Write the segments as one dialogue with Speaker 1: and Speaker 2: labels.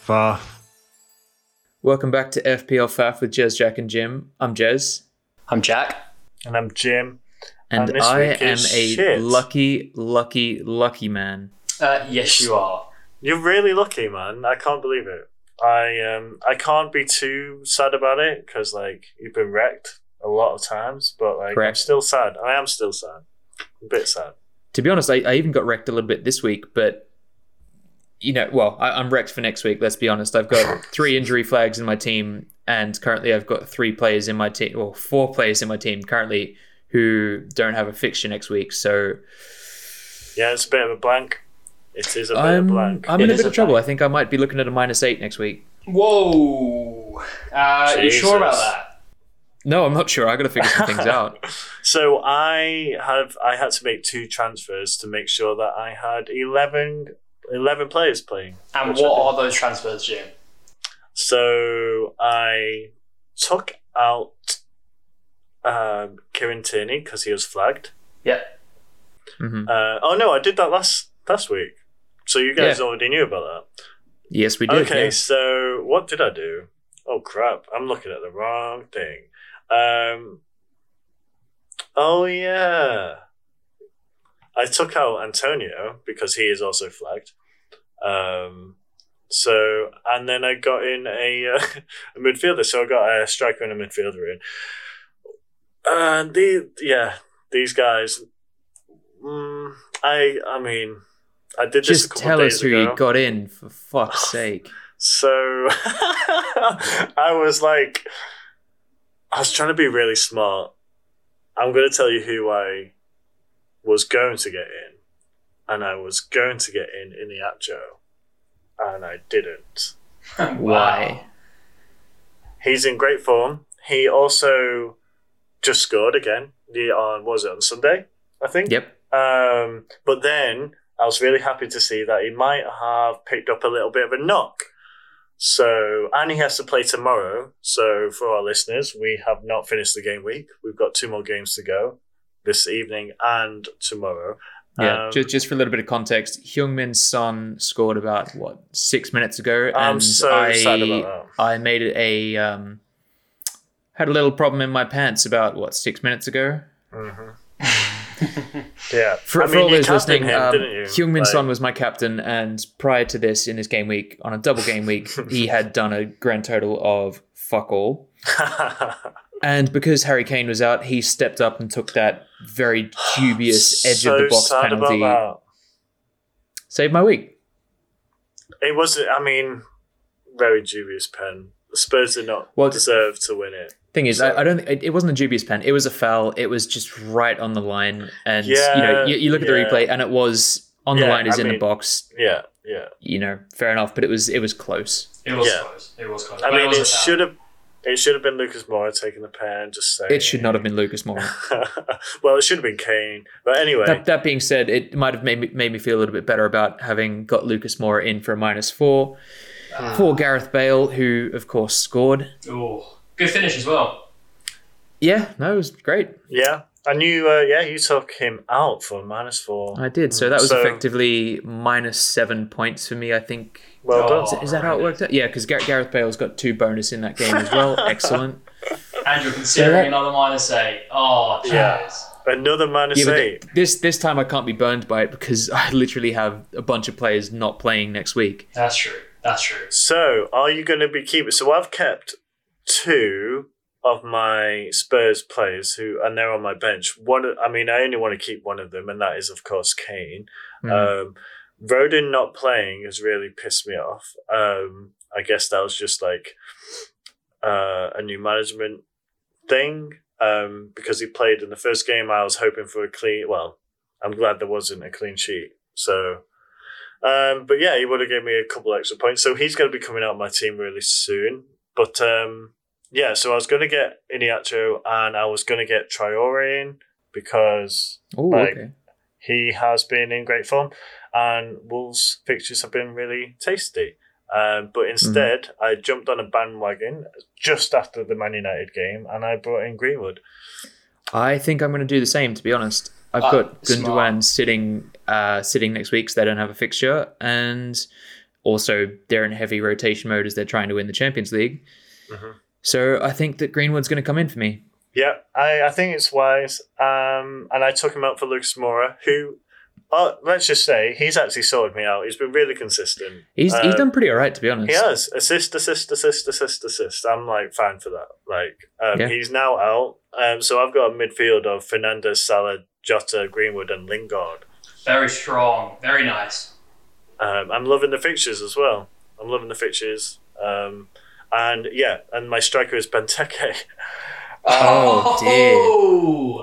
Speaker 1: Far.
Speaker 2: Welcome back to FPL Faff with Jez, Jack, and Jim. I'm Jez,
Speaker 3: I'm Jack.
Speaker 4: And I'm Jim.
Speaker 2: and,
Speaker 4: And this
Speaker 2: I
Speaker 4: week
Speaker 2: am
Speaker 4: is
Speaker 2: a
Speaker 4: shit.
Speaker 2: lucky, lucky, lucky man.
Speaker 3: Uh, yes, you are.
Speaker 4: You're really lucky, man. I can't believe it. I um I can't be too sad about it because like you've been wrecked a lot of times, but like I'm
Speaker 2: Correct.
Speaker 4: still sad. I am still sad. A bit sad.
Speaker 2: To be honest, I, I even got wrecked a little bit this week, but you know, well, I, I'm wrecked for next week. Let's be honest. I've got three injury flags in my team, and currently I've got three players in my team, or four players in my team currently who don't have a fixture next week. So
Speaker 4: Yeah, it's a bit of a blank. It is a bit of
Speaker 2: I'm
Speaker 4: a blank.
Speaker 2: I'm
Speaker 3: It
Speaker 2: in a
Speaker 3: is
Speaker 2: bit
Speaker 3: a
Speaker 2: of trouble. Um, I
Speaker 3: blank.
Speaker 2: think I might be looking at a minus eight next week.
Speaker 3: Whoa. Uh, you sure about
Speaker 4: Jesus.
Speaker 3: that?
Speaker 2: No, I'm not sure. I got to figure some things out.
Speaker 4: So I have I had to make two transfers to make sure that I had 11, 11 players playing.
Speaker 3: And
Speaker 4: Which I
Speaker 3: what
Speaker 4: did.
Speaker 3: are those transfers, Jim?
Speaker 4: So I took out um, Kieran Tierney because he was flagged.
Speaker 3: Yep.
Speaker 2: Mhm.
Speaker 4: Uh, oh no, I did that last last week. So you guys
Speaker 2: Yeah.
Speaker 4: already knew about
Speaker 2: Yes, we
Speaker 4: that.
Speaker 2: did.
Speaker 4: okay,
Speaker 2: yeah.
Speaker 4: so what did I do? Oh crap! I'm looking at the wrong thing. Um. Oh yeah, I took out Antonio because he is also flagged. Um. So and then I got in a, uh, a midfielder. So I got a striker and a midfielder in. And the yeah, these guys. Mm, I I mean, I did this a
Speaker 2: Just
Speaker 4: couple
Speaker 2: tell
Speaker 4: of days
Speaker 2: us who
Speaker 4: ago.
Speaker 2: you got in, for fuck's sake.
Speaker 4: So I was like, I was trying to be really smart. I'm going to tell you who I was going to get in. And I was going to get in in the Acho. And I didn't.
Speaker 3: Wow.
Speaker 2: Why?
Speaker 4: He's in great form. He also just scored again. The, on, what was it on Sunday? I think.
Speaker 2: Yep.
Speaker 4: Um, but then I was really happy to see that he might have picked up a little bit of a knock. So, and he has to play tomorrow. So, for our listeners, we have not finished the game week. We've got two more games to go this evening and tomorrow.
Speaker 2: Yeah.
Speaker 4: Um,
Speaker 2: just, just for a little bit of context, Hyungmin's son scored about what six minutes ago, and
Speaker 4: I'm so
Speaker 2: I
Speaker 4: sad about that.
Speaker 2: I made it a um, had a little problem in my pants about what six minutes ago.
Speaker 4: Mm-hmm. Yeah.
Speaker 2: For,
Speaker 4: I
Speaker 2: for
Speaker 4: mean,
Speaker 2: all
Speaker 4: you
Speaker 2: those
Speaker 4: captained
Speaker 2: listening,
Speaker 4: him,
Speaker 2: um,
Speaker 4: didn't you?
Speaker 2: Hyungmin
Speaker 4: Like-
Speaker 2: Son was my captain, and prior to this, in his game week, on a double game week, he had done a grand total of fuck all. And because Harry Kane was out, he stepped up and took that very dubious edge of the box
Speaker 4: sad about
Speaker 2: penalty.
Speaker 4: that.
Speaker 2: Saved my week.
Speaker 4: It was, I mean, very dubious pen. Spurs did not
Speaker 2: Well,
Speaker 4: deserve to win it.
Speaker 2: Thing is, I, I don't. It, it wasn't a dubious pen. It was a foul. It was just right on the line, and you know,
Speaker 4: Yeah,
Speaker 2: you, you look at
Speaker 4: yeah.
Speaker 2: the replay, and it was on the
Speaker 4: Yeah,
Speaker 2: line, is
Speaker 4: I
Speaker 2: in the
Speaker 4: mean-
Speaker 2: box.
Speaker 4: Yeah, yeah.
Speaker 2: You know, fair enough, but it was it was close.
Speaker 3: It was
Speaker 4: Yeah.
Speaker 3: close. It was close.
Speaker 4: I
Speaker 3: But
Speaker 4: mean,
Speaker 3: was a
Speaker 4: it
Speaker 3: foul.
Speaker 4: should have. It should have been Lucas Moura taking the pen. Just saying.
Speaker 2: It should not have been Lucas Moura.
Speaker 4: well, it should have been Kane. But anyway,
Speaker 2: That, that being said, it might have made me, made me feel a little bit better about having got Lucas Moore in for a minus four. For Gareth Bale, who of course scored.
Speaker 3: Ooh. Good finish as well.
Speaker 2: Yeah, no, it was great.
Speaker 4: yeah, and you, uh, yeah, you took him out for minus four.
Speaker 2: I did. So that was
Speaker 4: Mm. So-
Speaker 2: effectively minus seven points for me, I think.
Speaker 4: well
Speaker 3: Oh.
Speaker 4: done.
Speaker 2: Is that how it worked out? Yeah, because Gareth Bale's got two bonus in that game as well. Excellent.
Speaker 3: And you're considering
Speaker 2: that-
Speaker 3: another minus eight. Oh, jeez.
Speaker 4: Yeah. Another minus
Speaker 2: Yeah, but th-
Speaker 4: eight.
Speaker 2: this this time I can't be burned by it because I literally have a bunch of players not playing next week.
Speaker 3: That's true. That's true.
Speaker 4: So, are you going to be keeping? So, I've kept two of my Spurs players who are now on my bench. One, I mean, I only want to keep one of them, and that is, of course, Kane.
Speaker 2: Mm.
Speaker 4: Um, Rodin not playing has really pissed me off. Um, I guess that was just like uh, a new management thing um, because he played in the first game. I was hoping for a clean. Well, I'm glad there wasn't a clean sheet. So, um, but yeah, he would have gave me a couple extra points. So he's going to be coming out of my team really soon. But um, yeah, so I was going to get Iniacho and I was going to get Traore in because
Speaker 2: oh,
Speaker 4: like,
Speaker 2: okay.
Speaker 4: he has been in great form, and Wolves' fixtures have been really tasty. Um, but instead, I jumped on a bandwagon just after the Man United game, and I brought in Greenwood.
Speaker 2: I think I'm going to do the same. To be honest, I've
Speaker 3: Ah,
Speaker 2: got
Speaker 3: smart.
Speaker 2: Gundogan sitting uh, sitting next week, so they don't have a fixture, and also they're in heavy rotation mode as they're trying to win the Champions League.
Speaker 4: Mhm.
Speaker 2: So I think that Greenwood's going to come in for me.
Speaker 4: Yeah, I, I think it's wise. Um, and I took him out for Lucas Mora, who, uh, let's just say, he's actually sorted me out. He's been really consistent.
Speaker 2: He's he's
Speaker 4: Um,
Speaker 2: done pretty all right to be honest.
Speaker 4: He has assist, assist, assist, assist, assist. I'm like fine for that. Like um,
Speaker 2: Yeah.
Speaker 4: he's now out. Um, so I've got a midfield of Fernandez, Salah, Jota, Greenwood, and Lingard.
Speaker 3: Very strong. Very nice.
Speaker 4: Um, I'm loving the fixtures as well. I'm loving the fixtures. Um, and yeah, and my striker is Benteke.
Speaker 2: Oh,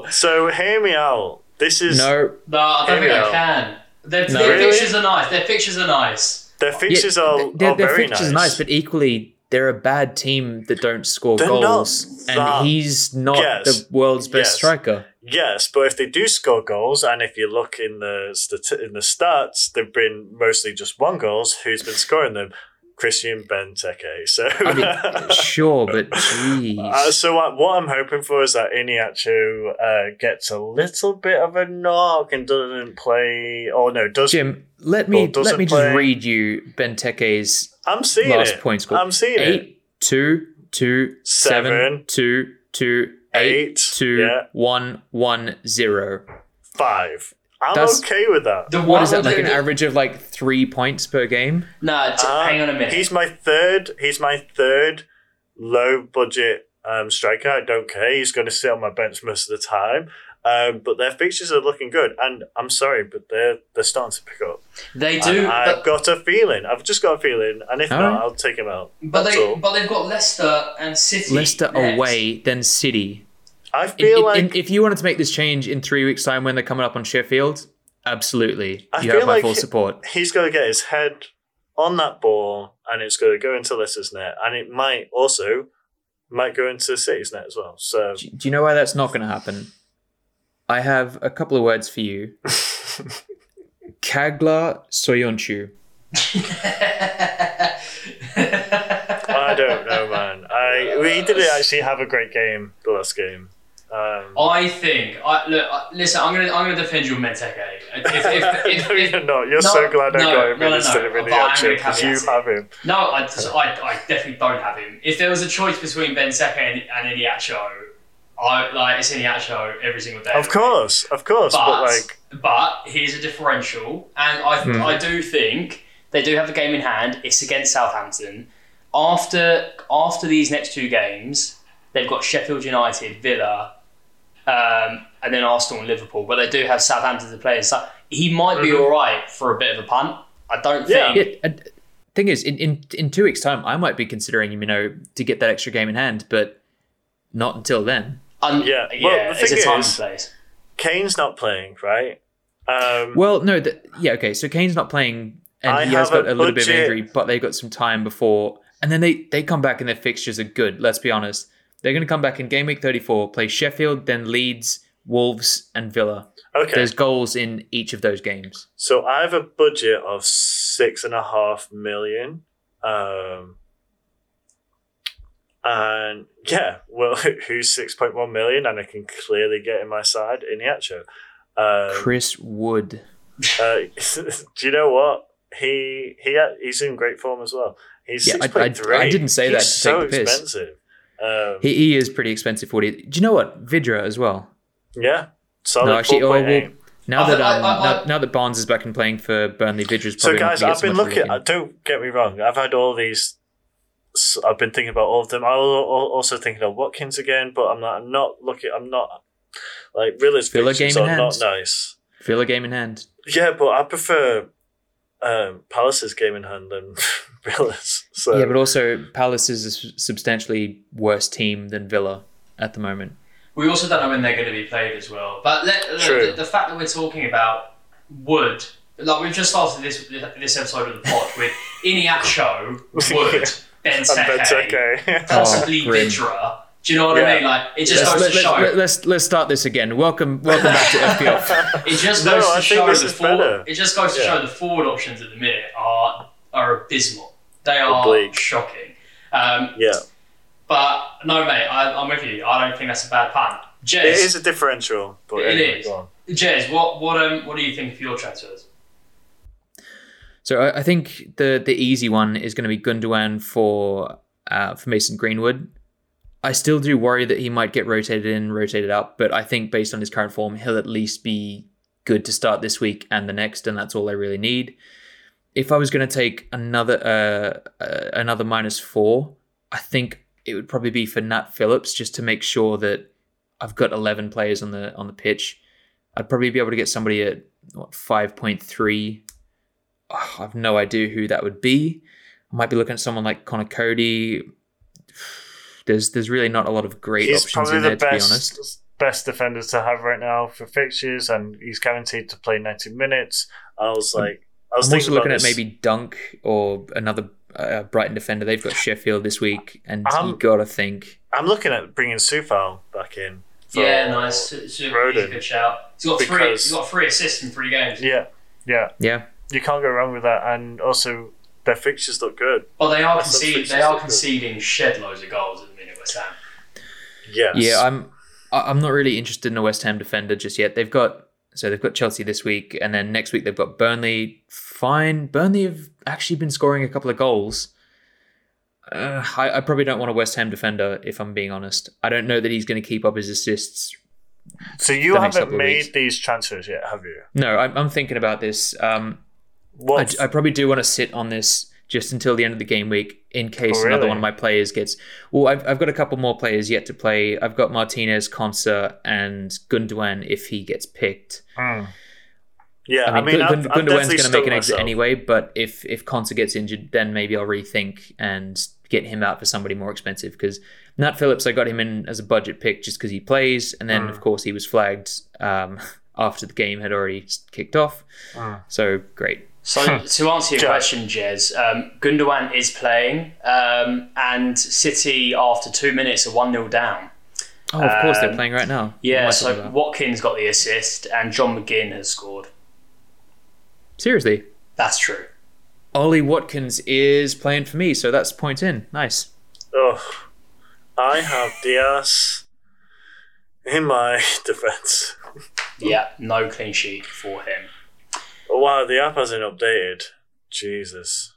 Speaker 3: Oh,
Speaker 4: So hear me out. This is
Speaker 2: No,
Speaker 3: No, I don't
Speaker 4: Here we
Speaker 3: think I
Speaker 4: go.
Speaker 3: can. Their,
Speaker 2: No.
Speaker 3: their
Speaker 4: Really?
Speaker 3: fixtures are nice. Their fixtures are nice.
Speaker 4: their fixtures
Speaker 2: yeah,
Speaker 4: are,
Speaker 2: th- their,
Speaker 4: are
Speaker 2: their
Speaker 4: very
Speaker 2: fixtures
Speaker 4: nice.
Speaker 2: are nice, but equally they're a bad team that don't score
Speaker 4: They're not
Speaker 2: goals,
Speaker 4: that-
Speaker 2: and he's not
Speaker 4: Yes.
Speaker 2: the world's best
Speaker 4: Yes.
Speaker 2: striker.
Speaker 4: Yes, but if they do score goals, and if you look in the stat- in the stats, they've been mostly just one goals. Who's been scoring them? Christian Benteke. So,
Speaker 2: I mean, sure, but jeez.
Speaker 4: uh, so what, what I'm hoping for is that Iniacho uh, gets a little bit of a knock and doesn't play. Oh no, does
Speaker 2: Jim, let me
Speaker 4: Well,
Speaker 2: let me
Speaker 4: doesn't
Speaker 2: just
Speaker 4: play-
Speaker 2: read you Benteke's
Speaker 4: I'm seeing
Speaker 2: last
Speaker 4: it.
Speaker 2: point score.
Speaker 4: I'm seeing it.
Speaker 2: Eight, two, two, seven,
Speaker 4: Seven.
Speaker 2: two, two, eight,
Speaker 4: Eight,
Speaker 2: two,
Speaker 4: yeah.
Speaker 2: one, one, zero.
Speaker 4: Five. I'm
Speaker 2: That's-
Speaker 4: okay with that.
Speaker 3: The
Speaker 2: What
Speaker 3: one
Speaker 2: is that? Like
Speaker 3: thing
Speaker 2: an
Speaker 3: that-
Speaker 2: average of like three points per game?
Speaker 3: No, t-
Speaker 4: Uh,
Speaker 3: hang on a minute.
Speaker 4: He's my third. He's my third low budget um, striker. I don't care. He's going to sit on my bench most of the time. Um, but their fixtures are looking good, and I'm sorry, but they're they're starting to pick up.
Speaker 3: they do,
Speaker 4: And I've
Speaker 3: but,
Speaker 4: got a feeling. I've just got a feeling, and if
Speaker 2: All
Speaker 4: not,
Speaker 2: right.
Speaker 4: I'll take him out.
Speaker 3: but
Speaker 4: That's
Speaker 3: they
Speaker 4: all.
Speaker 3: but they've got Leicester and City.
Speaker 2: Leicester
Speaker 3: next.
Speaker 2: away, then City.
Speaker 4: I
Speaker 2: In-
Speaker 4: feel
Speaker 2: in-
Speaker 4: like
Speaker 2: in- if you wanted to make this change in three weeks' time when they're coming up on Sheffield, absolutely,
Speaker 4: I
Speaker 2: you
Speaker 4: feel
Speaker 2: have my
Speaker 4: like
Speaker 2: full
Speaker 4: it-
Speaker 2: support.
Speaker 4: he's going to get his head on that ball, and it's going to go into Leicester's net, and it might also might go into City's net as well. So
Speaker 2: Do, do you know why that's not going to happen? I have a couple of words for you. Kagla Soyuncu.
Speaker 4: I don't know, man. I we didn't actually have a great game the last game. Um,
Speaker 3: I think I look. I- Listen, I'm gonna I'm gonna defend you on Menteke. If, if, if,
Speaker 4: no,
Speaker 3: if,
Speaker 4: you're not. You're so
Speaker 3: no,
Speaker 4: glad I
Speaker 3: no,
Speaker 4: got him
Speaker 3: no,
Speaker 4: in
Speaker 3: no,
Speaker 4: instead
Speaker 3: no.
Speaker 4: of any
Speaker 3: But I'm
Speaker 4: action
Speaker 3: gonna
Speaker 4: because you
Speaker 3: caveat
Speaker 4: have him.
Speaker 3: no, I, just- I, I definitely don't have him. If there was a choice between Benteke and, and Iniacho, I like it's Iniacho every single day.
Speaker 4: Of course, of course. But,
Speaker 3: but
Speaker 4: like,
Speaker 3: but here's a differential, and I
Speaker 2: Hmm.
Speaker 3: I do think they do have a game in hand. It's against Southampton. After after these next two games, they've got Sheffield United, Villa, um, and then Arsenal and Liverpool. But they do have Southampton to play, and so he might be
Speaker 4: Mhm.
Speaker 3: all right for a bit of a punt. I don't
Speaker 4: Yeah.
Speaker 3: think.
Speaker 2: Yeah, and uh, thing is, in, in in two weeks' time, I might be considering you know to get that extra game in hand, but not until then.
Speaker 3: un-
Speaker 4: Yeah.
Speaker 3: yeah,
Speaker 4: Well, the
Speaker 3: it's a
Speaker 4: thing
Speaker 3: time and
Speaker 4: is-
Speaker 3: place.
Speaker 4: Kane's not playing, right? Um,
Speaker 2: Well, no, th yeah, okay. So Kane's not playing, and
Speaker 4: I
Speaker 2: he has
Speaker 4: have
Speaker 2: got
Speaker 4: a
Speaker 2: a little bit of
Speaker 4: budget.
Speaker 2: injury, but they've got some time before, and then they they come back and their fixtures are good. Let's be honest, they're going to come back in game week thirty four, play Sheffield, then Leeds, Wolves, and Villa.
Speaker 4: okay.
Speaker 2: There's goals in each of those games.
Speaker 4: So I have a budget of six and a half million. Um, and yeah, well, who's 6.1 million? And I can clearly get in my side in the Um,
Speaker 2: Chris Wood.
Speaker 4: uh, do you know what? He he he's in great form as well. He's
Speaker 2: Yeah, I- I-
Speaker 4: six point three.
Speaker 2: I didn't say that
Speaker 4: he's
Speaker 2: to
Speaker 4: so
Speaker 2: take the piss.
Speaker 4: expensive. Um,
Speaker 2: He, he is pretty expensive. Forty. Do you know what Vidra as well?
Speaker 4: yeah, solid
Speaker 2: No, actually, oh,
Speaker 4: four point
Speaker 2: well,
Speaker 4: eight.
Speaker 2: Now
Speaker 3: I-
Speaker 2: that
Speaker 3: I-
Speaker 2: um,
Speaker 3: I- I-
Speaker 2: now, now that Barnes is back and playing for Burnley, Vidra's
Speaker 4: So
Speaker 2: probably
Speaker 4: guys,
Speaker 2: not
Speaker 4: I've
Speaker 2: going
Speaker 4: been
Speaker 2: to get so much of a
Speaker 4: looking.
Speaker 2: look in.
Speaker 4: Don't get me wrong. I've had all these. s- I've been thinking about all of them. I was al- also thinking of Watkins again, but I'm not. I'm not looking. I'm not like realistic.
Speaker 2: Villa
Speaker 4: fixtures
Speaker 2: game in
Speaker 4: are not
Speaker 2: hand.
Speaker 4: nice.
Speaker 2: Feel a game in hand.
Speaker 4: Yeah, but I prefer um, Palace's game in hand than Villa's. So
Speaker 2: yeah, but also Palace is a s- substantially worse team than Villa at the moment.
Speaker 3: We also don't know when they're going to be played as well. But let, the-
Speaker 4: True.
Speaker 3: The, the fact that we're talking about Wood, like we've just started this this episode of the pod with Iniacho, Wood,
Speaker 4: and
Speaker 3: Benteke,
Speaker 4: Benteke.
Speaker 3: possibly
Speaker 2: Oh, grim.
Speaker 3: Vidra. Do you know what I
Speaker 4: Yeah.
Speaker 3: mean? Like it just
Speaker 2: let's,
Speaker 3: goes to
Speaker 2: let's,
Speaker 3: show.
Speaker 2: let- let's let's start this again. Welcome welcome back to FPL.
Speaker 3: it just
Speaker 4: No,
Speaker 3: goes to
Speaker 4: I think
Speaker 3: show
Speaker 4: this
Speaker 3: the
Speaker 4: is
Speaker 3: forward,
Speaker 4: better.
Speaker 3: It just goes to
Speaker 4: Yeah.
Speaker 3: show the forward options at the minute are are abysmal. They are
Speaker 4: Oblique.
Speaker 3: shocking. Um,
Speaker 4: yeah,
Speaker 3: but no, mate, I, I'm with you. I don't think that's a bad pun. Jez,
Speaker 4: it is a differential. But
Speaker 3: It
Speaker 4: anyway,
Speaker 3: is.
Speaker 4: go on.
Speaker 3: Jez, what what um what do you think of your transfers?
Speaker 2: So I, I think the the easy one is going to be Gundogan for uh, for Mason Greenwood. I still do worry that he might get rotated in, rotated out, but I think based on his current form, he'll at least be good to start this week and the next, and that's all I really need. If I was going to take another uh, uh, another minus four, I think it would probably be for Nat Phillips just to make sure that I've got eleven players on the on the pitch. I'd probably be able to get somebody at what five point three. I've no idea who that would be. I might be looking at someone like Connor Cody. There's there's really not a lot of great
Speaker 4: He's
Speaker 2: options
Speaker 4: probably
Speaker 2: in there to
Speaker 4: the
Speaker 2: be
Speaker 4: best
Speaker 2: honest.
Speaker 4: best defender to have right now for fixtures, and he's guaranteed to play ninety minutes. I was like, I was
Speaker 2: I'm
Speaker 4: thinking
Speaker 2: also looking
Speaker 4: about
Speaker 2: at
Speaker 4: this.
Speaker 2: maybe Dunk or another uh, Brighton defender. They've got Sheffield this week, and you
Speaker 4: Um,
Speaker 2: gotta think.
Speaker 4: I'm looking at bringing Sufal back in. for-
Speaker 3: yeah, nice. Su- Su- he's a
Speaker 4: Roden.
Speaker 3: good shout. He's got three.
Speaker 4: Because-
Speaker 3: He's got three assists in three games.
Speaker 4: Yeah, yeah.
Speaker 2: Yeah,
Speaker 4: You can't go wrong with that, and also their fixtures look good.
Speaker 3: Well, they are
Speaker 4: That's not
Speaker 3: conceding.
Speaker 4: fixed,
Speaker 3: They are
Speaker 4: is it?
Speaker 3: conceding shed loads of goals at the minute. West Ham.
Speaker 4: Yes.
Speaker 2: yeah. I'm I- I'm not really interested in a West Ham defender just yet. They've got so they've got Chelsea this week, and then next week they've got Burnley. Fine, Burnley have actually been scoring a couple of goals. Uh, I, I probably don't want a West Ham defender if I'm being honest. I don't know that he's going to keep up his assists.
Speaker 4: so you
Speaker 2: the next couple
Speaker 4: haven't
Speaker 2: of
Speaker 4: made
Speaker 2: weeks.
Speaker 4: these transfers yet, have you?
Speaker 2: No, I'm, I'm thinking about this. Um, I,
Speaker 4: What?
Speaker 2: I probably do want to sit on this just until the end of the game week in case
Speaker 4: Oh,
Speaker 2: another
Speaker 4: really?
Speaker 2: one of my players gets. Well, I've, I've got a couple more players yet to play. I've got Martinez, Conser, and Gundogan if he gets picked.
Speaker 4: Hmm. Yeah,
Speaker 2: I mean, Gun- Gun-
Speaker 4: I've- I've
Speaker 2: Gundogan's going to
Speaker 4: definitely
Speaker 2: make
Speaker 4: stung
Speaker 2: an exit
Speaker 4: myself.
Speaker 2: anyway, but if if Conser gets injured, then maybe I'll rethink and get him out for somebody more expensive because Nat Phillips, I got him in as a budget pick just because he plays, and then
Speaker 4: Mm.
Speaker 2: of course he was flagged um, after the game had already kicked off.
Speaker 4: Hmm.
Speaker 2: So great.
Speaker 3: So to answer your
Speaker 4: Jez.
Speaker 3: question, Jez, um, Gundogan is playing, um, and City after two minutes are one 0 down.
Speaker 2: Oh, of course they're
Speaker 3: Um,
Speaker 2: playing right now. What am
Speaker 3: Yeah,
Speaker 2: I talking
Speaker 3: so
Speaker 2: about?
Speaker 3: Watkins got the assist, and John McGinn has scored.
Speaker 2: Seriously.
Speaker 3: That's true.
Speaker 2: Ollie Watkins is playing for me, so that's point in. Nice.
Speaker 4: Oh, I have Diaz in my defense.
Speaker 3: Yeah, no clean sheet for him.
Speaker 4: Oh, wow, the app hasn't updated. Jesus.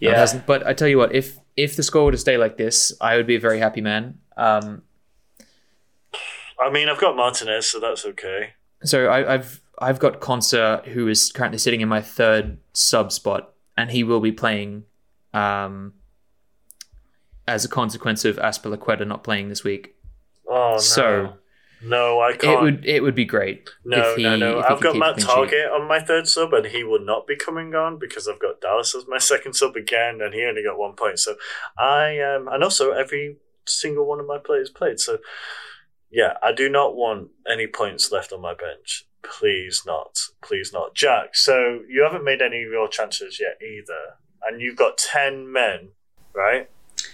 Speaker 2: No, it
Speaker 3: Yeah,
Speaker 2: hasn't- but I tell you what, if if the score were to stay like this, I would be a very happy man. Um,
Speaker 4: I mean, I've got Martinez, so that's okay.
Speaker 2: so I, I've I've got Conser, who is currently sitting in my third sub spot, and he will be playing um, as a consequence of Aspilaqueta not playing this week.
Speaker 4: Oh no.
Speaker 2: So-
Speaker 4: no, I
Speaker 2: It
Speaker 4: can't.
Speaker 2: would it would be great.
Speaker 4: no,
Speaker 2: if he-
Speaker 4: no, no.
Speaker 2: if he
Speaker 4: I've
Speaker 2: can
Speaker 4: got
Speaker 2: keep
Speaker 4: Matt
Speaker 2: the clean sheet.
Speaker 4: Target on my third sub, and he will not be coming on because I've got Dallas as my second sub again, and he only got one point. So I um, and also every single one of my players played. So yeah, I do not want any points left on my bench. Please not, please not, Jack. So you haven't made any real transfers yet either, and you've got ten men, right?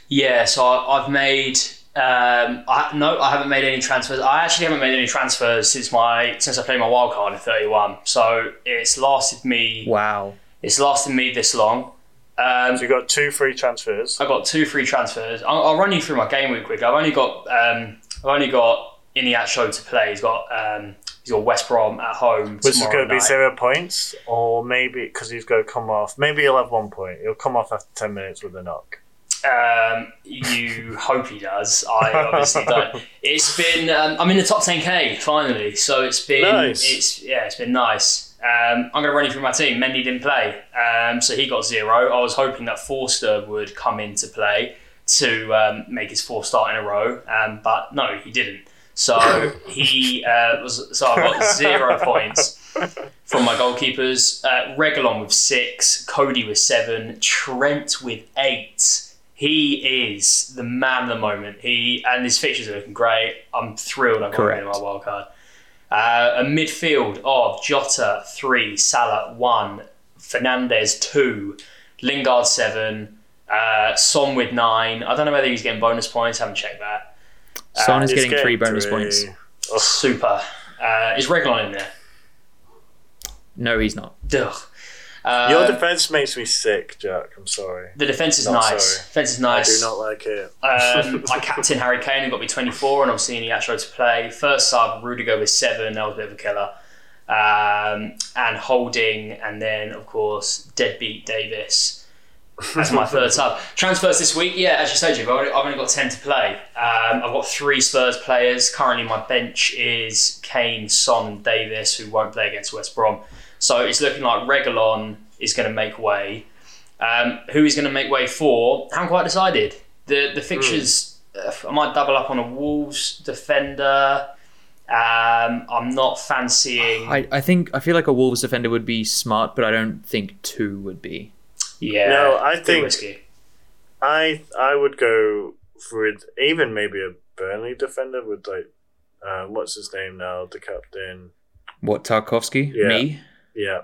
Speaker 3: yeah. So I, I've made. Um, I, no, I haven't made any transfers. I actually haven't made any transfers since my since I played my wild card in thirty one. So it's lasted me.
Speaker 2: Wow.
Speaker 3: It's lasted me this long. Um,
Speaker 4: So you got two free transfers.
Speaker 3: I got two free transfers. I'll, I'll run you through my game week quick. I've only got um, I've only got Iniacho to play. He's got um, he's got West Brom at home
Speaker 4: Which is
Speaker 3: tomorrow
Speaker 4: going to be
Speaker 3: night.
Speaker 4: zero points, or maybe because he's going to come off. Maybe he'll have one point. He'll come off after ten minutes with a knock.
Speaker 3: Um, you hope he does. I obviously don't. It's been. Um, I'm in the top 10k finally, so it's been.
Speaker 4: Nice.
Speaker 3: It's yeah, it's been nice. Um, I'm going to run you through my team. Mendy didn't play, um, so he got zero. I was hoping that Forster would come into play to um, make his fourth start in a row, um, but no, he didn't. So he uh, was. So I got zero points from my goalkeepers. Uh, Regalon with six, Cody with seven, Trent with eight. He is the man of the moment. He and his fixtures are looking great. I'm thrilled I've got him in
Speaker 2: Correct.
Speaker 3: my wild card. Uh, a midfield of Jota three, Salah one, Fernandez two, Lingard seven, uh, Son with nine. I don't know whether he's getting bonus points. haven't checked that. Uh,
Speaker 2: Son is
Speaker 4: He's
Speaker 2: getting three bonus points.
Speaker 3: Super. Uh, is Regalon in there?
Speaker 2: No, he's not.
Speaker 3: Duh. Uh,
Speaker 4: Your defense makes me sick, Jack. I'm sorry.
Speaker 3: The defense is
Speaker 4: No,
Speaker 3: nice.
Speaker 4: sorry.
Speaker 3: Defense is
Speaker 4: I
Speaker 3: nice.
Speaker 4: do not like it.
Speaker 3: um, my captain Harry Kane who got me 24, and obviously Iniacho to play. First sub Rudiger with seven. That was a bit of a killer. um, and Holding, and then of course Deadbeat Davis. That's my third sub. Transfers this week, yeah, as you said, you've already, I've only got 10 to play. Um, I've got three Spurs players. Currently, my bench is Kane, Son, and Davis, who won't play against West Brom. So it's looking like Regalon is going to make way. Um, who he's going to make way for, haven't quite decided. The the fixtures, uh, I might double up on a Wolves defender. Um, I'm not fancying.
Speaker 2: I, I think I feel like a Wolves defender would be smart, but I don't think two would be.
Speaker 3: yeah.
Speaker 4: No, I
Speaker 3: bit
Speaker 4: think-
Speaker 3: risky.
Speaker 4: I I would go with even maybe a Burnley defender with like uh, what's his name now the captain
Speaker 2: What Tarkovsky?
Speaker 4: Yeah.
Speaker 2: Me?
Speaker 4: yeah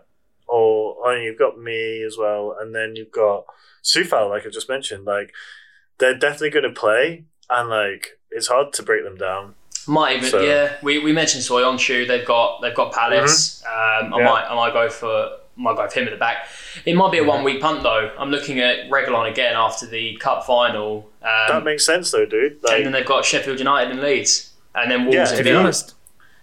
Speaker 4: or oh, and you've got me as well and then you've got Sufal like I just mentioned like they're definitely going to play and like it's hard to break them down
Speaker 3: Might even
Speaker 4: So-
Speaker 3: yeah. We, we mentioned Soyonshu. They've got they've got Palace. Um, I
Speaker 4: Mm-hmm. Yeah.
Speaker 3: might I might go for might go for him at the back. It might be a
Speaker 4: Mm-hmm.
Speaker 3: one week punt though. I'm looking at Regalon again after the cup final. Um,
Speaker 4: that makes sense though dude
Speaker 3: and
Speaker 4: like
Speaker 3: then they've got Sheffield United and Leeds, and then Wolves
Speaker 4: Yeah,
Speaker 3: and
Speaker 4: if
Speaker 2: To be
Speaker 3: Villa.
Speaker 2: honest,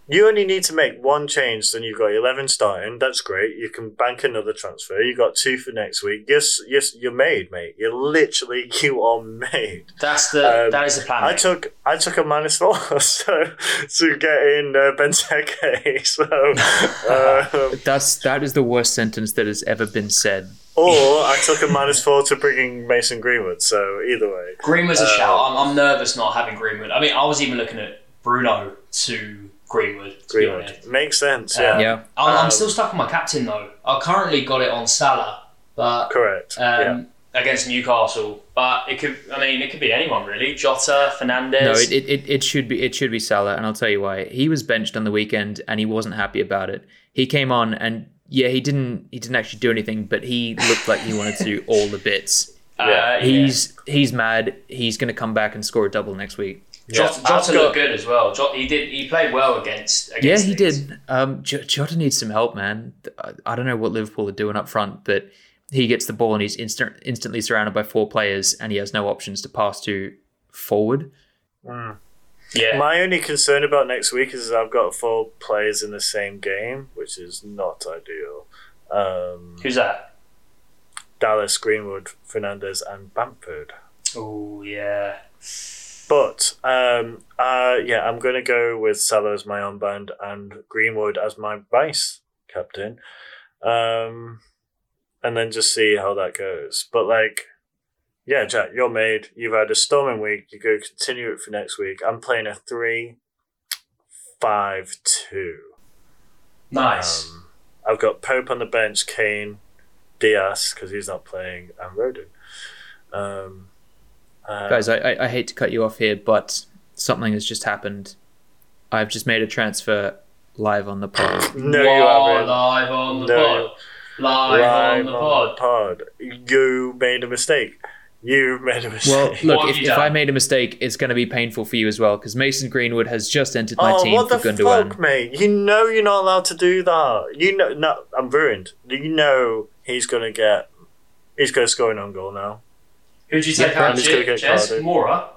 Speaker 4: you only need to make one change then you've got 11 starting that's great you can bank another transfer you got two for next week yes yes you're made mate you're literally you are made
Speaker 3: That's the
Speaker 4: Um,
Speaker 3: that is the plan.
Speaker 4: I
Speaker 3: mate.
Speaker 4: took I took a minus four so to get in uh, Benteke. So, um,
Speaker 2: that's that is the worst sentence that has ever been said.
Speaker 4: or I took a minus four to bringing Mason Greenwood. So either way,
Speaker 3: Greenwood's
Speaker 4: uh,
Speaker 3: a shout. I'm, I'm nervous not having Greenwood. I mean, I was even looking at Bruno to Greenwood. To Be
Speaker 4: Greenwood
Speaker 3: honest.
Speaker 4: makes sense.
Speaker 3: Um,
Speaker 4: Yeah,
Speaker 2: Yeah.
Speaker 3: I'm, I'm
Speaker 4: Um,
Speaker 3: still stuck on my captain though. I currently got it on Salah, but
Speaker 4: correct. yeah.
Speaker 3: um, against Newcastle. But it could. I mean, it could be anyone really. Jota, Fernandez.
Speaker 2: No, it, it, it, it should be it should be Salah, and I'll tell you why. He was benched on the weekend, and he wasn't happy about it. He came on, and yeah, he didn't he didn't actually do anything, but he looked like he wanted to do all the bits.
Speaker 3: uh,
Speaker 4: yeah,
Speaker 2: He's he's mad. He's going to come back and score a double next week.
Speaker 4: Yeah.
Speaker 3: Jota,
Speaker 4: I've
Speaker 3: Jota
Speaker 4: got-
Speaker 3: looked good as well. Jota, he did. He played well against.
Speaker 2: Yeah,
Speaker 3: against
Speaker 2: he
Speaker 3: Leeds.
Speaker 2: did. Um, J- Jota needs some help, man. I, I don't know what Liverpool are doing up front, but he gets the ball and he's instant, instantly surrounded by four players, and he has no options to pass to forward.
Speaker 4: Mm.
Speaker 3: Yeah.
Speaker 4: My only concern about next week is I've got four players in the same game, which is not ideal. Um,
Speaker 3: Who's that?
Speaker 4: Dallas, Greenwood, Fernandez, and Bamford.
Speaker 3: Oh yeah.
Speaker 4: But um, uh, yeah, I'm going to go with Salah as my armband and Greenwood as my vice captain, um, and then just see how that goes. But like, yeah, Jack, you're made. You've had a storming week. You go continue it for next week. I'm playing a three, five, two.
Speaker 3: Nice.
Speaker 4: Um, I've got Pope on the bench, Kane, Diaz because he's not playing, and Roden. Um, uh,
Speaker 2: Guys, I, I, I hate to cut you off here, but something has just happened. I've just made a transfer live on the pod.
Speaker 4: no, you
Speaker 3: Whoa,
Speaker 4: haven't.
Speaker 3: Live on the
Speaker 4: No.
Speaker 3: pod. Live, on
Speaker 4: Live
Speaker 3: the pod.
Speaker 4: pod. You made a mistake. You made a
Speaker 2: Well,
Speaker 4: mistake.
Speaker 2: look,
Speaker 3: have
Speaker 2: if,
Speaker 3: you
Speaker 2: if
Speaker 3: done?
Speaker 2: I made a mistake, it's going to be painful for you as well, because Mason Greenwood has just entered my
Speaker 4: oh,
Speaker 2: team
Speaker 4: what
Speaker 2: for
Speaker 4: the
Speaker 2: Gundogan.
Speaker 4: fuck, mate? You know you're not allowed to do that. You know, no, I'm ruined. You know he's gonna get. He's gonna score an own goal now.
Speaker 3: Who'd you take
Speaker 2: Yeah,
Speaker 3: out?
Speaker 4: Bradley's gonna
Speaker 3: Che-
Speaker 4: get
Speaker 3: Ches?
Speaker 4: carded.
Speaker 3: Mora?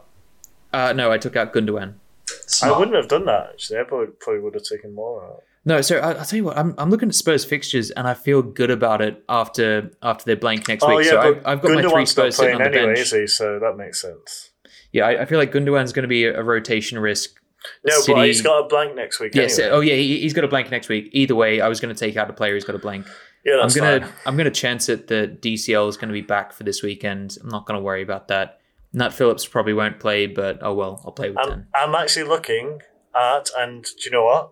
Speaker 2: Uh, no, I took out Gundogan.
Speaker 4: I
Speaker 3: Smart.
Speaker 4: wouldn't have done that actually. I probably, probably would have taken more out.
Speaker 2: No, so I, I'll tell you what. I'm, I'm looking at Spurs fixtures and I feel good about it after after their blank next
Speaker 4: oh
Speaker 2: week.
Speaker 4: yeah,
Speaker 2: so
Speaker 4: but
Speaker 2: I, I've got my three
Speaker 4: Gundogan's not
Speaker 2: Spurs sitting
Speaker 4: playing
Speaker 2: on the
Speaker 4: anyway,
Speaker 2: bench.
Speaker 4: is he? So that makes sense.
Speaker 2: Yeah, I, I feel like Gundogan's going to be a, a rotation risk.
Speaker 4: No, but
Speaker 2: City-
Speaker 4: he's got a blank next week.
Speaker 2: Yes.
Speaker 4: anyway.
Speaker 2: Oh yeah, he, he's got a blank next week. Either way, I was going to take out a player who's got a blank.
Speaker 4: yeah,
Speaker 2: I'm
Speaker 4: that's
Speaker 2: gonna
Speaker 4: fine.
Speaker 2: I'm gonna chance it that DCL is gonna be back for this weekend. I'm not gonna worry about that. Nat Phillips probably won't play, but oh well, I'll play with
Speaker 4: I'm,
Speaker 2: ten.
Speaker 4: I'm actually looking at, and do you know what?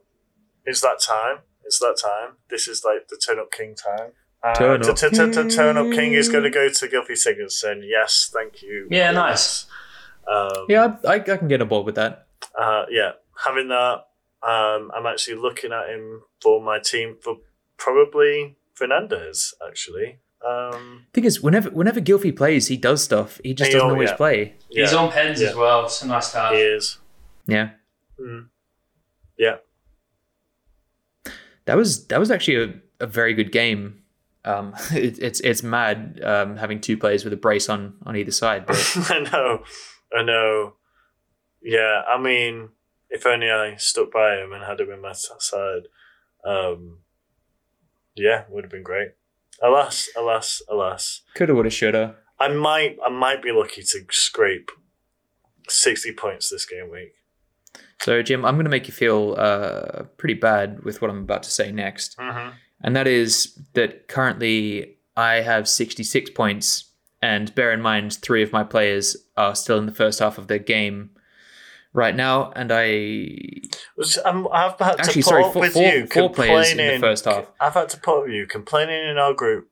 Speaker 4: It's that time. It's that time. This is like the turn up king time. Uh,
Speaker 2: Turn
Speaker 4: t-
Speaker 2: up
Speaker 4: t- t- t- turn up king is going to go to Gilfie Sigurdsson. Yes, thank you.
Speaker 3: Yeah, nice.
Speaker 4: Um,
Speaker 2: Yeah, I, I, I can get on board with that.
Speaker 4: uh, yeah, having that, um, I'm actually looking at him for my team for probably Fernandez. Actually, um,
Speaker 2: Thing is, whenever whenever Gilfy plays, he does stuff. He just
Speaker 4: Hey,
Speaker 2: doesn't
Speaker 4: oh,
Speaker 2: always
Speaker 4: yeah.
Speaker 2: play.
Speaker 4: yeah,
Speaker 3: He's on pens
Speaker 4: Yeah.
Speaker 3: as well. It's a nice
Speaker 4: he
Speaker 3: guy.
Speaker 4: is.
Speaker 2: Yeah, Hmm.
Speaker 4: Mm.
Speaker 2: that was that was actually a, a very good game. Um, it, it's it's mad um, having two players with a brace on on either side. But
Speaker 4: I know, I know. Yeah, I mean, if only I stuck by him and had him in my s- side. Um, Yeah, would have been great. Alas, alas, alas.
Speaker 2: Coulda, woulda, shoulda.
Speaker 4: I might I might be lucky to scrape sixty points this game week.
Speaker 2: So, Jim, I'm going to make you feel uh, pretty bad with what I'm about to say next.
Speaker 4: Mm-hmm.
Speaker 2: And that is that currently I have 66 points. And bear in mind, three of my players are still in the first half of their game right now. And I
Speaker 4: I'm, um, I've had
Speaker 2: Actually,
Speaker 4: to put
Speaker 2: sorry,
Speaker 4: up
Speaker 2: four-
Speaker 4: with
Speaker 2: four-
Speaker 4: you
Speaker 2: four players in the
Speaker 4: complaining-
Speaker 2: first half.
Speaker 4: I've had to put up with you complaining in our group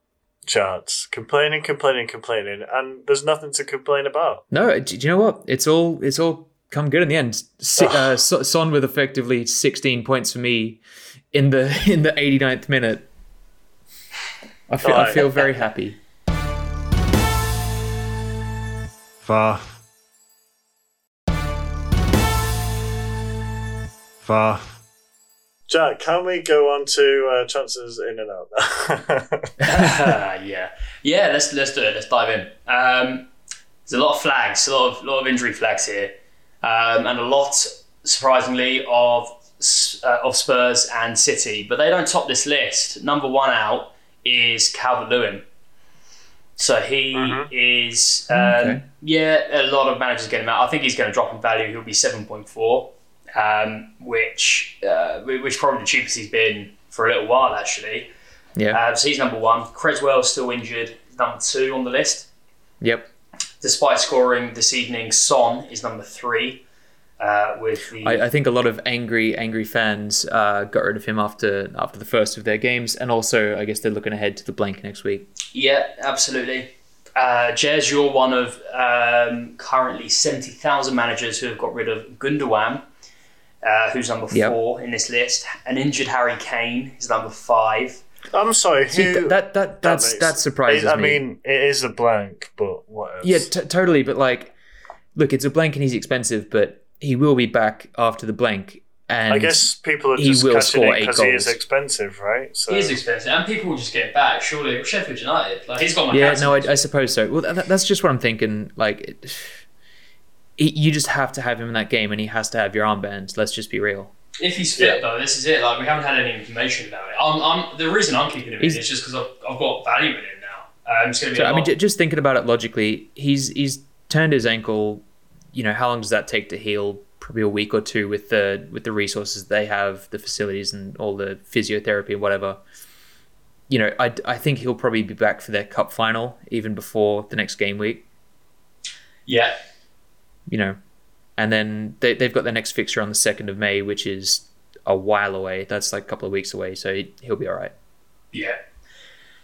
Speaker 4: chats, complaining, complaining, complaining, and there's nothing to complain about.
Speaker 2: No, do do you know what? It's all it's all come good in the end. Si- uh, So- Son with effectively 16 points for me in the in the 89th minute. I feel, I
Speaker 4: Alright.
Speaker 2: feel very happy.
Speaker 4: Far. Far. Jack, can we go on to uh, chances in and out now?
Speaker 3: yeah, yeah. Let's let's do it. Let's dive in. Um, there's a lot of flags, a lot of lot of injury flags here, um, and a lot, surprisingly, of S- uh, of Spurs and City. But they don't top this list. Number one out is Calvert Lewin. So he is, um,
Speaker 2: Okay.
Speaker 3: yeah, a lot of managers get him out. I think he's going to drop in value. He'll be seven point four, um, which uh, whi- which probably the cheapest he's been for a little while actually.
Speaker 2: Yeah.
Speaker 3: Um, so he's number one. Creswell's still injured, he's number two on the list.
Speaker 2: yep.
Speaker 3: Despite scoring this evening, Son is number three. Uh, with the
Speaker 2: I, I think a lot of angry, angry fans uh, got rid of him after after the first of their games, and also I guess they're looking ahead to the blank next week.
Speaker 3: yeah, absolutely. Uh, Jez, you're one of um, currently seventy thousand managers who have got rid of Gundogan, uh, who's number
Speaker 2: Yep.
Speaker 3: four in this list. An injured Harry Kane is number five.
Speaker 4: I'm sorry, who?
Speaker 2: See, th- that that that's
Speaker 4: makes-
Speaker 2: that surprises
Speaker 4: I
Speaker 2: me.
Speaker 4: mean, it is a blank, but what else?
Speaker 2: yeah, t- totally. But like, look, it's a blank and he's expensive, but he will be back after the blank. And
Speaker 4: I guess people are
Speaker 2: he
Speaker 4: just
Speaker 2: will
Speaker 4: catching
Speaker 2: score
Speaker 4: it
Speaker 2: eight
Speaker 4: because he is
Speaker 2: goals.
Speaker 4: expensive, right? So
Speaker 1: He is expensive, and people will just get back. Surely Sheffield United, like
Speaker 3: He's got my
Speaker 2: yeah,
Speaker 3: captain.
Speaker 2: no, I, I suppose so. Well, that, that's just what I'm thinking. Like, it, it, you just have to have him in that game, and he has to have your armbands. Let's just be real.
Speaker 1: if he's fit though, this is it. Like we haven't had any information about it. I'm, I'm the reason I'm keeping him in
Speaker 2: He's-
Speaker 1: is just because I've, I've got value in him now. Um, it's going to be. a
Speaker 2: So I mean,
Speaker 1: lot.
Speaker 2: j- just thinking about it logically, he's he's turned his ankle. You know, how long does that take to heal? Probably a week or two with the with the resources they have, the facilities, and all the physiotherapy and whatever. You know, I, I think he'll probably be back for their cup final even before the next game week.
Speaker 1: yeah,
Speaker 2: You know, and then they they've got their next fixture on the second of May, which is a while away. That's like a couple of weeks away, so he, he'll be all right.
Speaker 1: yeah.